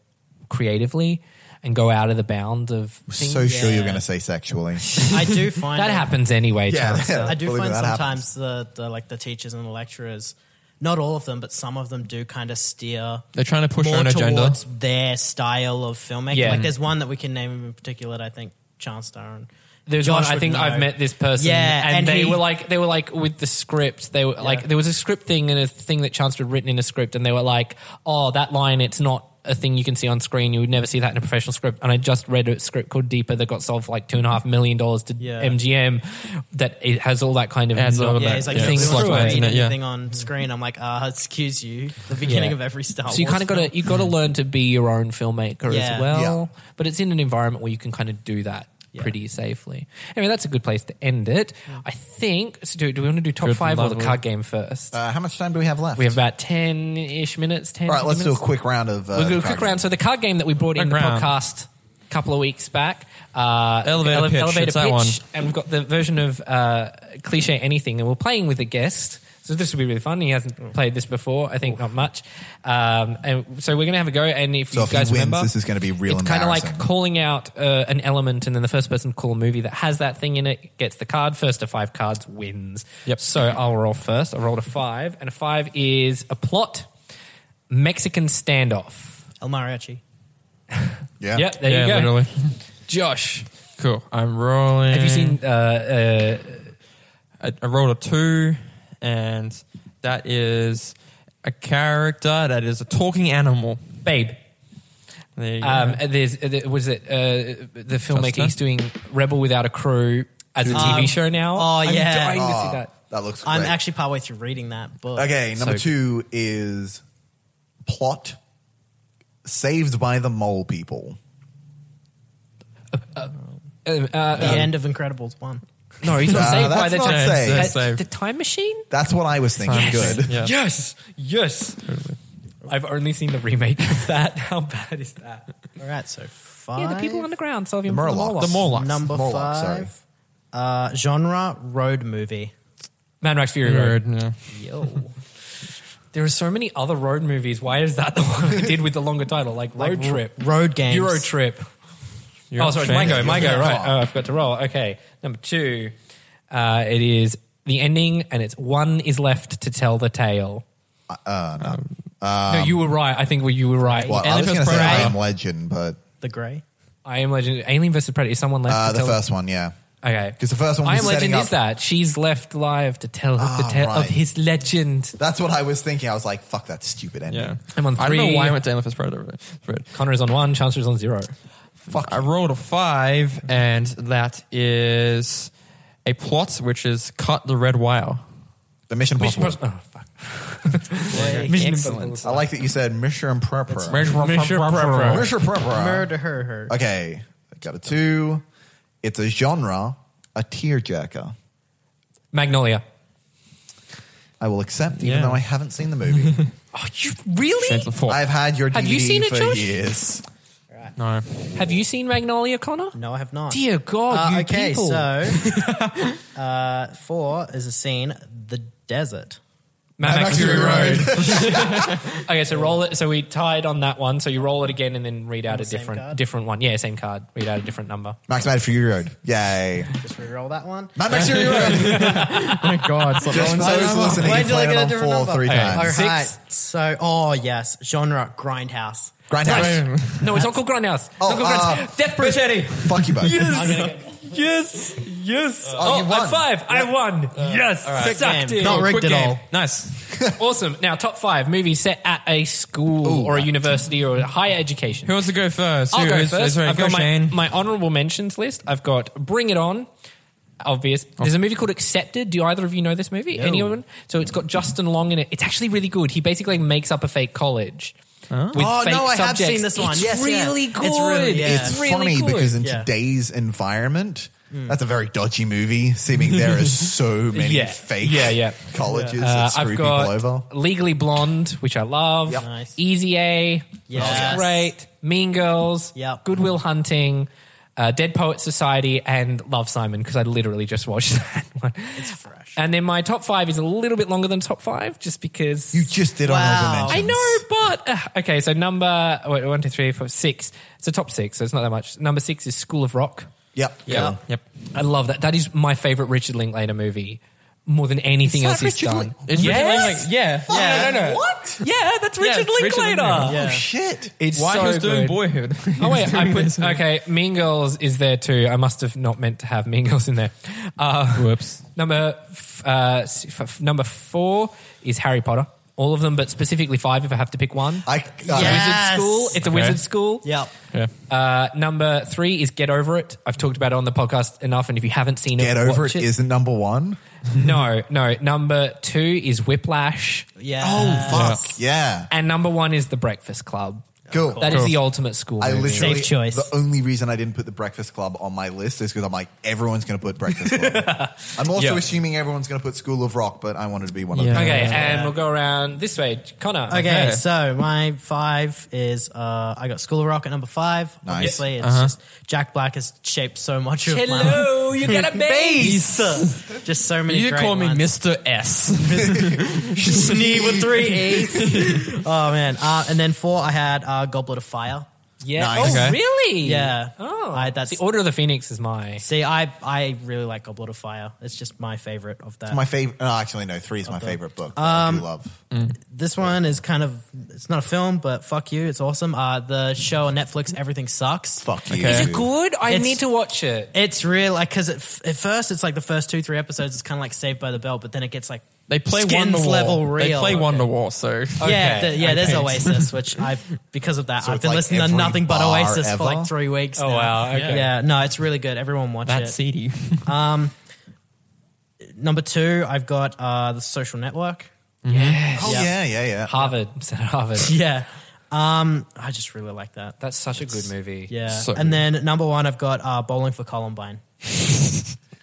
Speaker 4: creatively and go out of the bounds of things.
Speaker 5: So sure you're
Speaker 6: Yeah.
Speaker 5: going to say sexually.
Speaker 6: I do find
Speaker 4: that
Speaker 6: it-
Speaker 4: happens anyway.
Speaker 5: Yeah,
Speaker 4: Charles.
Speaker 5: yeah.
Speaker 6: I do
Speaker 5: Believe
Speaker 6: find
Speaker 5: me, that
Speaker 6: sometimes the, the like the teachers and the lecturers, not all of them, but some of them do kind of steer.
Speaker 7: They're trying to push
Speaker 6: more
Speaker 7: their own agenda.
Speaker 6: towards their style of filmmaking.
Speaker 4: Yeah.
Speaker 6: Like there's one that we can name in particular. that I think Chance Darren.
Speaker 4: There's
Speaker 6: Josh
Speaker 4: one. I
Speaker 6: would
Speaker 4: think
Speaker 6: know.
Speaker 4: I've met this person.
Speaker 6: Yeah,
Speaker 4: and,
Speaker 6: and
Speaker 4: they
Speaker 6: he-
Speaker 4: were like, they were like with the script. They were like, there was a script thing and a thing that Chancellor had written in a script, and they were like, oh, that line, it's not a thing you can see on screen. You would never see that in a professional script. And I just read a script called Deeper that got sold for like two and a half million dollars to
Speaker 6: Yeah.
Speaker 4: MGM. That it has all that kind of
Speaker 7: Adds all of
Speaker 6: Yeah,
Speaker 7: that,
Speaker 6: he's like,
Speaker 7: yeah.
Speaker 6: yeah,
Speaker 4: things
Speaker 7: It's
Speaker 6: like
Speaker 4: like
Speaker 7: like
Speaker 4: that.
Speaker 7: that. isn't it? Yeah.
Speaker 6: anything on screen. I'm like, ah, excuse you. The beginning
Speaker 4: Yeah.
Speaker 6: of every Star Wars.
Speaker 4: So you kind of got to you got to learn to be your own filmmaker
Speaker 6: Oh, Yeah.
Speaker 4: as well. But it's in an environment where you can kind of do that pretty safely. Anyway, that's a good place to end it. I think. So do, do we want to do top
Speaker 7: Good
Speaker 4: five or the
Speaker 7: level.
Speaker 4: card game first?
Speaker 5: Uh, how much time do we have left?
Speaker 4: we have about ten ish minutes. Ten.
Speaker 5: All right, let's do a
Speaker 4: minutes.
Speaker 5: quick round of. Uh,
Speaker 4: We'll do a
Speaker 5: card
Speaker 4: quick round.
Speaker 5: games.
Speaker 4: So the card game that we brought in the
Speaker 7: Quick round.
Speaker 4: podcast a couple of weeks back, uh,
Speaker 7: Elevator pitch, it's that one.
Speaker 4: and we've got the version of uh, cliche anything, and we're playing with a guest. So this will be really fun. He hasn't played this before, I think, not much. Um, and so we're going to have a go. And if
Speaker 5: So
Speaker 4: you
Speaker 5: if he
Speaker 4: guys
Speaker 5: wins,
Speaker 4: remember,
Speaker 5: this is gonna be real
Speaker 4: It's kind of like
Speaker 5: embarrassing.
Speaker 4: calling out uh, an element, and then the first person to call a movie that has that thing in it gets the card. First to five cards wins.
Speaker 7: Yep.
Speaker 4: So I'll roll first. I rolled a five, and a five is a plot Mexican standoff.
Speaker 6: El Mariachi.
Speaker 5: Yeah.
Speaker 4: Yep, there
Speaker 7: yeah,
Speaker 4: you go.
Speaker 7: literally.
Speaker 4: Josh,
Speaker 7: Cool. I'm rolling.
Speaker 4: have you seen? Uh,
Speaker 7: I, I rolled a two, and that is a character that is a talking animal.
Speaker 4: Babe.
Speaker 7: There you go.
Speaker 4: Um, there's, uh, there- was it uh, the filmmaker?
Speaker 7: Costa?
Speaker 4: He's doing Rebel Without a Crew as a TV show now.
Speaker 6: oh,
Speaker 4: I'm
Speaker 6: yeah.
Speaker 4: dying to
Speaker 5: Ah,
Speaker 4: see that.
Speaker 5: that looks. Great.
Speaker 6: I'm actually partway through reading that book.
Speaker 5: okay. Number two is plot saved by the mole people.
Speaker 4: Um, uh,
Speaker 6: The end of Incredibles one.
Speaker 4: No, he's not
Speaker 5: Nah,
Speaker 4: saved by
Speaker 5: that's
Speaker 4: the
Speaker 5: not
Speaker 4: time.
Speaker 5: saved.
Speaker 4: uh,
Speaker 7: That's saved.
Speaker 4: The time machine.
Speaker 5: That's what I was thinking. Good.
Speaker 7: Yeah.
Speaker 4: Yes, yes. I've only seen the remake of that. How bad is that?
Speaker 6: All right, so five.
Speaker 4: Yeah, the people underground solving
Speaker 5: The
Speaker 4: for
Speaker 5: Morlocks.
Speaker 4: Morlocks.
Speaker 5: The
Speaker 7: Morlocks.
Speaker 6: Number
Speaker 5: Morlock, sorry.
Speaker 6: five. Uh, genre road movie.
Speaker 4: Mad Max Fury Road.
Speaker 7: Weird, yeah.
Speaker 4: Yo. There are so many other road movies. Why is that the one I did with the longer title? Like Road
Speaker 6: Like,
Speaker 4: Trip,
Speaker 6: road games.
Speaker 4: Euro Trip.
Speaker 7: You're
Speaker 4: oh, sorry, it's
Speaker 7: ashamed.
Speaker 4: my go, my go.
Speaker 5: Yeah,
Speaker 4: Right,
Speaker 5: come on.
Speaker 4: oh, I forgot to roll. Okay, number two. Uh, it is the ending, and it's one is left to tell the tale. Uh, no. no, you were right. I think you were right.
Speaker 5: Well, I
Speaker 4: Alien
Speaker 5: was going to
Speaker 4: vs.
Speaker 5: say um, I
Speaker 4: Predator.
Speaker 5: am Legend, but
Speaker 6: The Grey.
Speaker 4: I am Legend. Alien vs Predator. Is someone left?
Speaker 5: uh,
Speaker 4: to
Speaker 5: the
Speaker 4: tell
Speaker 5: first one, yeah.
Speaker 4: Okay,
Speaker 5: 'Cause the first one
Speaker 4: I
Speaker 5: was
Speaker 4: am Legend
Speaker 5: setting up-
Speaker 4: is that she's left alive to tell the
Speaker 5: Ah,
Speaker 4: tale of
Speaker 5: right.
Speaker 4: his legend.
Speaker 5: That's what I was thinking. I was like, "Fuck that stupid ending."
Speaker 7: Yeah.
Speaker 4: I'm on
Speaker 7: I don't
Speaker 4: three.
Speaker 7: know why I went to Alien vs. Predator. but it's weird.
Speaker 4: Connor is on one. Chancellor is on zero.
Speaker 7: I rolled a five, and that is a plot which is cut the red wire.
Speaker 5: The Mission Impossible.
Speaker 4: Oh, fuck.
Speaker 6: Mission
Speaker 4: Excellent.
Speaker 5: I like that you said Mission Improper.
Speaker 7: Mission Predator.
Speaker 5: Mission Improper.
Speaker 6: Murder her. her.
Speaker 5: Okay, I got a two. It's a genre, a tearjerker.
Speaker 4: Magnolia.
Speaker 5: I will accept, even
Speaker 7: Yeah.
Speaker 5: though I haven't seen the movie.
Speaker 4: Oh, you really?
Speaker 7: Chancellor Four.
Speaker 5: I've had your DVD
Speaker 4: Have you seen it,
Speaker 5: for
Speaker 4: Josh?
Speaker 5: years.
Speaker 7: no.
Speaker 4: Have you seen Magnolia, Connor?
Speaker 6: No, I have not.
Speaker 4: Dear God,
Speaker 6: Uh,
Speaker 4: you
Speaker 6: okay,
Speaker 4: people.
Speaker 6: so uh, four is a scene, the desert.
Speaker 4: Mad Max
Speaker 5: Fury
Speaker 4: okay, so roll it. So we tied on that one. So you roll it again and then read out a
Speaker 6: same
Speaker 4: different
Speaker 6: card?
Speaker 4: different one. Yeah, same card. Read out a different number.
Speaker 5: Max Mad Fury Road. Yay.
Speaker 6: Just re-roll that one.
Speaker 5: Mad Max Fury Road.
Speaker 7: Thank God. Stop
Speaker 5: Just
Speaker 7: rolling
Speaker 5: for
Speaker 7: so-
Speaker 5: those listening,
Speaker 6: Why did
Speaker 5: play
Speaker 6: I get
Speaker 5: it
Speaker 6: a
Speaker 5: on four
Speaker 6: different number?
Speaker 5: three
Speaker 6: Okay.
Speaker 5: times.
Speaker 6: All
Speaker 4: Six.
Speaker 6: right. So, oh yes, genre grindhouse.
Speaker 5: Grindhouse.
Speaker 4: No, it's not called Grindhouse. It's not
Speaker 5: Oh,
Speaker 4: called Grindhouse. Death Proof.
Speaker 5: Fuck you both.
Speaker 4: Yes, yes.
Speaker 5: Oh,
Speaker 4: Oh,
Speaker 5: you
Speaker 4: I
Speaker 5: won. Uh,
Speaker 4: five. I won. yes, sucked
Speaker 6: game.
Speaker 4: in.
Speaker 6: Not rigged
Speaker 4: Quick
Speaker 6: at
Speaker 4: game.
Speaker 6: all.
Speaker 7: Nice.
Speaker 4: Awesome. Now, top five movies set at a school or a university or a higher education.
Speaker 7: Who wants to go first?
Speaker 4: I'll
Speaker 7: Who
Speaker 4: go
Speaker 7: is-
Speaker 4: first.
Speaker 7: sorry,
Speaker 4: I've
Speaker 7: go
Speaker 4: got my,
Speaker 7: Shane.
Speaker 4: my honorable mentions list. I've got Bring It On. Obvious.
Speaker 5: Oh.
Speaker 4: There's a movie called Accepted. Do either of you know this movie? Anyone? So it's got Justin Long in it. It's actually really good. He basically makes up a have college. With
Speaker 6: Oh,
Speaker 4: fake
Speaker 6: no, I have
Speaker 4: subjects.
Speaker 6: seen this one.
Speaker 4: It's
Speaker 6: Yes, yeah.
Speaker 4: really
Speaker 6: It's
Speaker 4: good.
Speaker 6: really- yeah.
Speaker 5: It's
Speaker 4: really
Speaker 5: funny
Speaker 4: good.
Speaker 5: because in
Speaker 6: Yeah.
Speaker 5: today's environment, that's a very dodgy movie, seeming there are so many
Speaker 4: Yeah.
Speaker 5: fake
Speaker 4: Yeah, yeah.
Speaker 5: colleges
Speaker 4: Uh,
Speaker 5: that screw
Speaker 4: I've got
Speaker 5: people over.
Speaker 4: Legally Blonde, which I love.
Speaker 5: Yep.
Speaker 6: Nice.
Speaker 4: Easy A,
Speaker 6: Yes.
Speaker 4: that's great. Mean Girls,
Speaker 6: Yep.
Speaker 4: Goodwill Hunting, uh, Dead Poets Society, and Love Simon because I literally just watched that one. It's
Speaker 6: fresh.
Speaker 4: And then my top five is a little bit longer than top five, just because
Speaker 5: You just did
Speaker 6: Wow.
Speaker 5: honorable
Speaker 4: I
Speaker 5: mentions.
Speaker 4: know, but uh, okay. So number wait, one, two, three, four, six. It's a top six, so it's not that much. Number six is School of Rock.
Speaker 5: Yep.
Speaker 6: Yeah.
Speaker 7: Yep.
Speaker 4: I love that. That is my favorite Richard Linklater movie. More than anything
Speaker 5: Is
Speaker 4: else
Speaker 5: that
Speaker 4: he's
Speaker 5: Richard
Speaker 4: done.
Speaker 5: Link-
Speaker 7: It's
Speaker 4: Yes!
Speaker 7: really like, yeah. Yeah, no, no.
Speaker 5: What?
Speaker 4: Yeah, that's Richard
Speaker 7: it's Richard
Speaker 4: Linklater.
Speaker 7: Linklater.
Speaker 6: Yeah.
Speaker 5: Oh, shit.
Speaker 4: It's
Speaker 7: Why
Speaker 4: so
Speaker 7: he was doing
Speaker 4: good.
Speaker 7: boyhood?
Speaker 4: Oh wait, I
Speaker 7: He was
Speaker 4: put
Speaker 7: doing-
Speaker 4: okay. Mean Girls is there too. I must have not meant to have Mean Girls in there. Uh,
Speaker 7: Whoops.
Speaker 4: Number f- uh, s- f- f- number four is Harry Potter. All of them, but specifically five. If I have to pick one,
Speaker 5: I, uh,
Speaker 6: Yeah.
Speaker 4: wizard
Speaker 6: Yes.
Speaker 4: school. It's a wizard school.
Speaker 6: Yep.
Speaker 7: Yeah.
Speaker 4: Uh, number three is Get Over It. I've talked about it on the podcast enough, and if you haven't seen it,
Speaker 5: Get over
Speaker 4: watch
Speaker 5: it isn't number one.
Speaker 4: No, no. Number two is Whiplash,
Speaker 6: Yeah.
Speaker 5: Oh, fuck. Yeah.
Speaker 4: and number one is The Breakfast Club.
Speaker 5: Cool.
Speaker 4: That is
Speaker 7: Cool.
Speaker 4: the ultimate school.
Speaker 5: I
Speaker 4: movie.
Speaker 5: literally,
Speaker 6: Safe choice.
Speaker 5: The only reason I didn't put the Breakfast Club on my list is because I'm like, everyone's going to put Breakfast Club. I'm also
Speaker 7: Yeah.
Speaker 5: assuming everyone's going to put School of Rock, but I wanted to be one of
Speaker 7: Yeah.
Speaker 5: them.
Speaker 4: Okay, and we'll go around this way, Connor.
Speaker 6: Okay,
Speaker 7: Okay.
Speaker 6: so my five is uh, I got School of Rock at number five.
Speaker 5: Nice.
Speaker 6: Obviously, it's just Jack Black has shaped so much of my
Speaker 4: Hello, you got a base.
Speaker 6: just so many.
Speaker 7: You
Speaker 6: great
Speaker 7: call me
Speaker 6: ones.
Speaker 7: Mr. S.
Speaker 6: Snee with three A's. oh man, uh, and then four I had uh, Goblet of Fire.
Speaker 4: Yeah.
Speaker 5: Nice.
Speaker 4: Oh,
Speaker 7: Okay.
Speaker 4: really?
Speaker 6: Yeah.
Speaker 4: Oh,
Speaker 6: I- that's-
Speaker 4: the Order of the Phoenix is my.
Speaker 6: See, I I really like Goblet of Fire. It's just my favorite of that.
Speaker 5: My favorite, no, actually, no, three is my favorite book. that I do love.
Speaker 6: this one is kind of it's not a film, but fuck you, it's awesome. Uh, the show on Netflix, Everything Sucks.
Speaker 5: Fuck you.
Speaker 7: Is
Speaker 5: dude.
Speaker 4: Good. I
Speaker 6: It's-
Speaker 4: need to watch it.
Speaker 6: It's real, like because at, at first it's like the first two three episodes, it's kind of like Saved by the Bell, but then it gets like
Speaker 7: They play
Speaker 6: Skins
Speaker 7: Wonderwall.
Speaker 6: level
Speaker 7: They
Speaker 6: real.
Speaker 7: play
Speaker 6: Okay.
Speaker 7: Wonderwall, so.
Speaker 6: yeah,
Speaker 4: Okay,
Speaker 6: the, yeah. There's
Speaker 4: okay.
Speaker 6: Oasis, which I've because of that
Speaker 5: So
Speaker 6: I've
Speaker 5: it's
Speaker 6: been
Speaker 5: like
Speaker 6: listening to
Speaker 5: every
Speaker 6: nothing but
Speaker 5: bar
Speaker 6: Oasis
Speaker 5: ever?
Speaker 6: for like three weeks.
Speaker 4: Oh,
Speaker 6: now.
Speaker 4: wow, okay.
Speaker 6: yeah, no, it's really good. Everyone watch
Speaker 7: That
Speaker 6: it.
Speaker 7: CD.
Speaker 6: Number two, I've got uh, the Social Network.
Speaker 4: Yes.
Speaker 5: Oh, yeah, yeah, yeah.
Speaker 4: Harvard. It's at Harvard.
Speaker 6: Yeah, um, I just really like that.
Speaker 4: That's such a good movie.
Speaker 6: Yeah,
Speaker 7: So
Speaker 6: and then number one, I've got uh, Bowling for Columbine.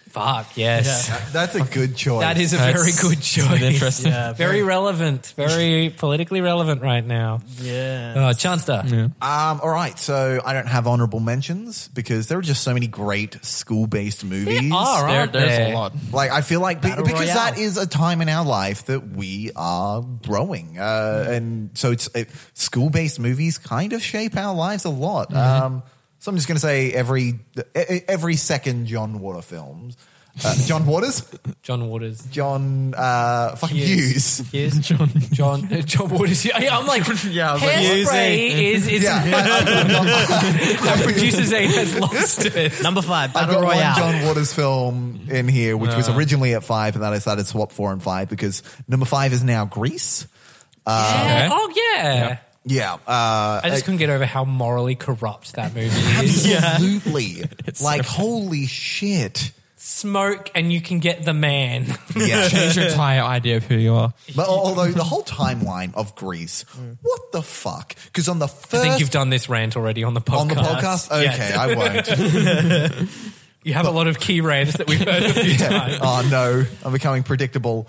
Speaker 4: Fuck yes.
Speaker 5: That's a good choice.
Speaker 4: That is a
Speaker 7: That's-
Speaker 4: very good choice.
Speaker 7: Interesting.
Speaker 6: Yeah,
Speaker 4: Very relevant. Very politically relevant right now.
Speaker 6: yeah.
Speaker 4: Uh, Chanster.
Speaker 5: Um, all right, so I don't have honorable mentions because there are just so many great school-based movies.
Speaker 4: are,
Speaker 7: There,
Speaker 4: Ah, aren't
Speaker 7: there's
Speaker 4: there?
Speaker 7: a lot.
Speaker 5: Like I feel like be-
Speaker 6: Battle
Speaker 5: because
Speaker 6: Royale.
Speaker 5: that is a time in our life that we are growing, uh, and so it's it, school-based movies kind of shape our lives a lot.
Speaker 6: Mm-hmm.
Speaker 5: Um, so I'm just going to say every e- e- every second John Water films, uh, John Waters,
Speaker 4: John Waters.
Speaker 5: John uh, fucking
Speaker 4: Hughes.
Speaker 5: Hughes.
Speaker 4: Yes. John. John. uh, John Waters. Yeah, I'm like.
Speaker 7: Yeah, I was like,
Speaker 4: hairspray is is.
Speaker 5: Yeah, I- I- I- I-
Speaker 4: Producer Zane has lost it.
Speaker 6: Number five,
Speaker 5: I've
Speaker 6: Battle
Speaker 5: got
Speaker 6: Royale. Uh.
Speaker 5: one John Waters film in here, which was originally at five, and then I decided to swap four and five because number five is now Greece.
Speaker 4: Yeah.
Speaker 7: Okay.
Speaker 4: Oh yeah.
Speaker 5: Yeah, uh,
Speaker 4: I just couldn't get over how morally corrupt that movie is.
Speaker 5: absolutely. like, holy shit.
Speaker 4: Smoke and you can get the man.
Speaker 5: Yeah.
Speaker 7: Change your entire idea of who you are.
Speaker 5: but al- although the whole timeline of Greece, what the fuck? Because on the
Speaker 4: Mm. I
Speaker 5: first.
Speaker 4: think you've done this rant already on the podcast.
Speaker 5: on the podcast? Okay,
Speaker 4: Yeah.
Speaker 5: I won't.
Speaker 4: You have a lot of key rants that we've heard a few times.
Speaker 5: oh no, I'm becoming predictable.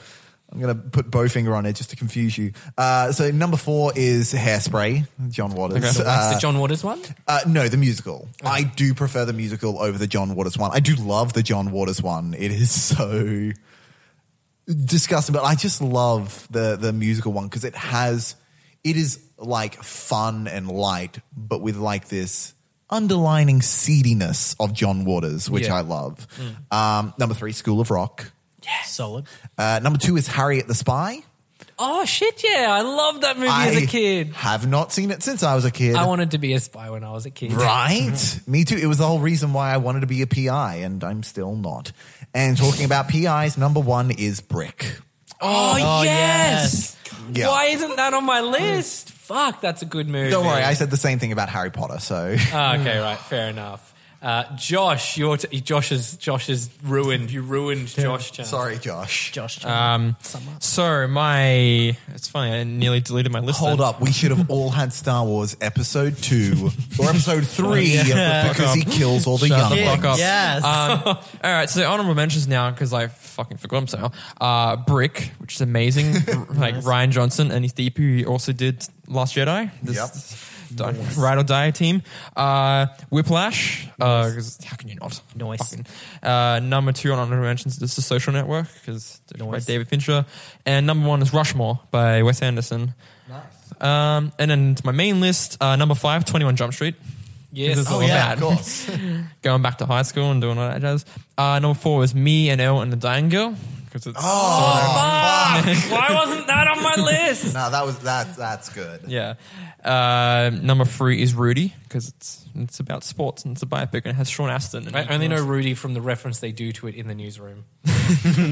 Speaker 5: I'm going to put Bowfinger on it just to confuse you. Uh, so number four is Hairspray, John Waters.
Speaker 4: So that's
Speaker 5: Uh,
Speaker 4: the John Waters one.
Speaker 5: uh, no, the musical. I do prefer the musical over the John Waters one. I do love the John Waters one. It is so disgusting, but I just love the the musical one because it has it is like fun and light, but with like this underlining seediness of John Waters, which
Speaker 4: Yeah. Mm.
Speaker 5: I love. Um, number three, School of Rock.
Speaker 6: Solid.
Speaker 5: Uh, number two is Harriet the Spy.
Speaker 4: Oh shit! Yeah, I loved that movie as
Speaker 5: I
Speaker 4: a kid.
Speaker 5: have not seen it since I was a kid.
Speaker 4: I wanted to be a spy when I was a kid.
Speaker 5: Right? Mm-hmm. Me too. It was the whole reason why I wanted to be a PI, and I'm still not. And talking about PIs, number one is Brick.
Speaker 4: Oh, yes.
Speaker 5: Yeah.
Speaker 4: Why isn't that on my list? Fuck, that's a good movie.
Speaker 5: Don't worry, I said the same thing about Harry Potter, so.
Speaker 4: Ah, okay, right, fair enough. Uh, Josh, your t- Josh is Josh is ruined. You ruined Josh. Chan.
Speaker 5: Sorry, Josh.
Speaker 6: Josh.
Speaker 7: Um, so my it's funny. I nearly deleted my list.
Speaker 5: Hold
Speaker 7: then.
Speaker 5: up, we should have all had Star Wars Episode 2 or Episode 3 because he kills all the
Speaker 7: Shut
Speaker 5: young
Speaker 7: the fuck up.
Speaker 6: Yes.
Speaker 5: Uh,
Speaker 7: Um, all right. So honorable mentions now because I fucking forgot them somehow. Uh, Brick, which is amazing, like Ryan Johnson and his DP, who also did Last Jedi. This-
Speaker 5: Yep.
Speaker 7: Di- Ride or Die team. Uh, Whiplash. Uh, 'cause how can you not?
Speaker 6: Nice.
Speaker 7: Fucking. Uh, number two on honorable mentions is The Social Network because by
Speaker 6: Nice.
Speaker 7: David Fincher, and number one is Rushmore by Wes Anderson. Um, and then to my main list, uh, number five, 21 Jump Street.
Speaker 4: Yes.
Speaker 7: This is
Speaker 4: Oh,
Speaker 7: all
Speaker 4: yeah,
Speaker 7: about
Speaker 5: Of course.
Speaker 7: going back to high school and doing all that jazz. Uh, number four was me and Elle and the Dying Girl. 'cause it's
Speaker 5: Oh,
Speaker 4: Oh, Why wasn't that on my list?
Speaker 5: no, that was that. That's good.
Speaker 7: yeah. Uh, number three is Rudy because it's it's about sports and it's a biopic and it has Sean Astin. And
Speaker 4: I only know Rudy from the reference they do to it in the newsroom.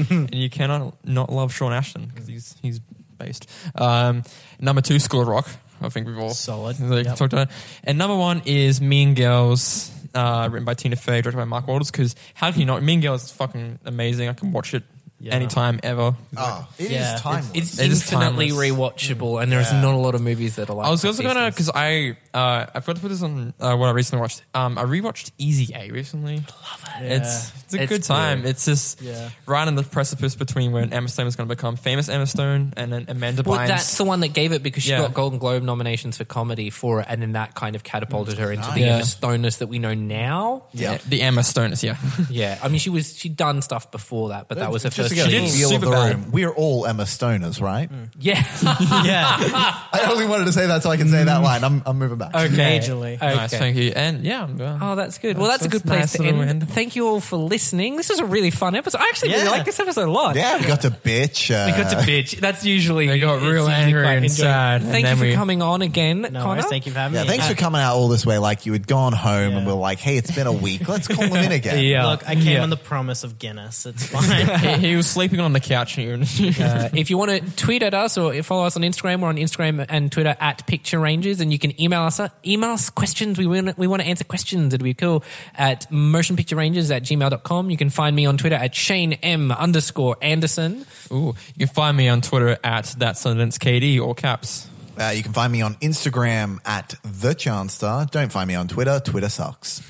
Speaker 7: and you cannot not love Sean Astin because he's he's based. Um, number two, School of Rock. I think we've all
Speaker 6: Solid.
Speaker 7: like,
Speaker 6: Yep.
Speaker 7: talked about. It. And number one is Mean Girls, uh, written by Tina Fey, directed by Mark Waters. Because how can you not? Mean Girls is fucking amazing. I can watch it anytime ever.
Speaker 4: Ah.
Speaker 5: Oh, it is
Speaker 6: Yeah, it's-
Speaker 5: timeless.
Speaker 4: It's
Speaker 7: It is
Speaker 4: infinitely
Speaker 7: timeless.
Speaker 4: rewatchable, and there is not a lot of movies that are like.
Speaker 7: I was also
Speaker 4: that
Speaker 7: gonna
Speaker 4: these days.
Speaker 7: because I uh, I forgot to put this on uh, what I recently watched. Um, I rewatched Easy A recently. Love it. It's it's a
Speaker 4: It's
Speaker 7: good time.
Speaker 4: good.
Speaker 7: It's just right on the precipice between when Emma Stone is going to become famous Emma Stone and then Amanda
Speaker 4: Well,
Speaker 7: Bynes.
Speaker 4: that's the one that gave it because she
Speaker 7: Yeah.
Speaker 4: got Golden Globe nominations for comedy for it, and then that kind of catapulted her into the
Speaker 7: Nice.
Speaker 4: Emma Stoneness that we know now.
Speaker 7: yeah,
Speaker 5: Yeah.
Speaker 7: the Emma Stone is yeah.
Speaker 4: Yeah, I mean, she was she'd done stuff before that, but that was her
Speaker 5: Just
Speaker 4: first.
Speaker 5: to get
Speaker 7: She
Speaker 5: a
Speaker 7: did
Speaker 4: thing.
Speaker 5: feel of the
Speaker 7: Superbad.
Speaker 5: room, we're all Emma Stoners, right?
Speaker 4: Yeah,
Speaker 6: yeah.
Speaker 5: I only wanted to say that so I can say that line. I'm, I'm moving back.
Speaker 6: Majorly.
Speaker 4: Okay.
Speaker 7: Nice, thank you. And yeah, uh,
Speaker 4: Oh, that's good. Well, that's, a good place
Speaker 7: nice
Speaker 4: to
Speaker 7: little
Speaker 4: end. Thank you all for listening. This was a really fun episode. I actually really
Speaker 6: Yeah.
Speaker 4: like this episode a lot.
Speaker 5: Yeah, we got to bitch. Uh,
Speaker 4: We got to bitch. That's usually
Speaker 7: They got
Speaker 4: it's
Speaker 7: real
Speaker 4: usually
Speaker 7: angry
Speaker 4: quite
Speaker 7: and
Speaker 4: enjoyable.
Speaker 7: sad, and
Speaker 4: Thank
Speaker 7: then
Speaker 4: you for
Speaker 7: we-
Speaker 4: coming on again,
Speaker 6: No
Speaker 4: Connor.
Speaker 6: worries. Thank you for having
Speaker 5: Yeah,
Speaker 6: me. Uh,
Speaker 5: thanks for coming out all this way. Like you had gone home and we are like, hey, it's been a week. Let's call him in again.
Speaker 7: Yeah.
Speaker 6: Look, I came
Speaker 7: Yeah.
Speaker 6: on the promise of Guinness. It's fine.
Speaker 7: he, he was sleeping on the couch and
Speaker 4: Uh, if you want to tweet at us or follow us on Instagram, we're on Instagram and Twitter at Picture Rangers, and you can email us uh, email us questions. We want we want to answer questions. It'd be cool at motionpicturerangers at gmail.com. You can find me on Twitter at Shane M underscore Anderson.
Speaker 7: Ooh, you can find me on Twitter at that sentence KD or caps.
Speaker 5: Uh, you can find me on Instagram at the Chanstar. Don't find me on Twitter. Twitter sucks.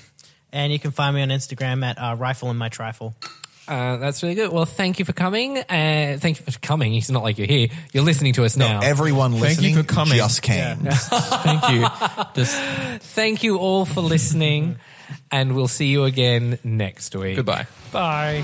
Speaker 6: and you can find me on Instagram at uh, Rifle and My Trifle.
Speaker 4: Uh, that's really good. Well, thank you for coming. Uh, thank you for coming. It's not like you're here. You're listening to us now.
Speaker 5: Everyone
Speaker 7: Thank you
Speaker 5: listening
Speaker 7: for coming.
Speaker 5: just came.
Speaker 7: Thank you. Just
Speaker 4: thank you all for listening, and we'll see you again next week.
Speaker 7: goodbye.
Speaker 4: Bye.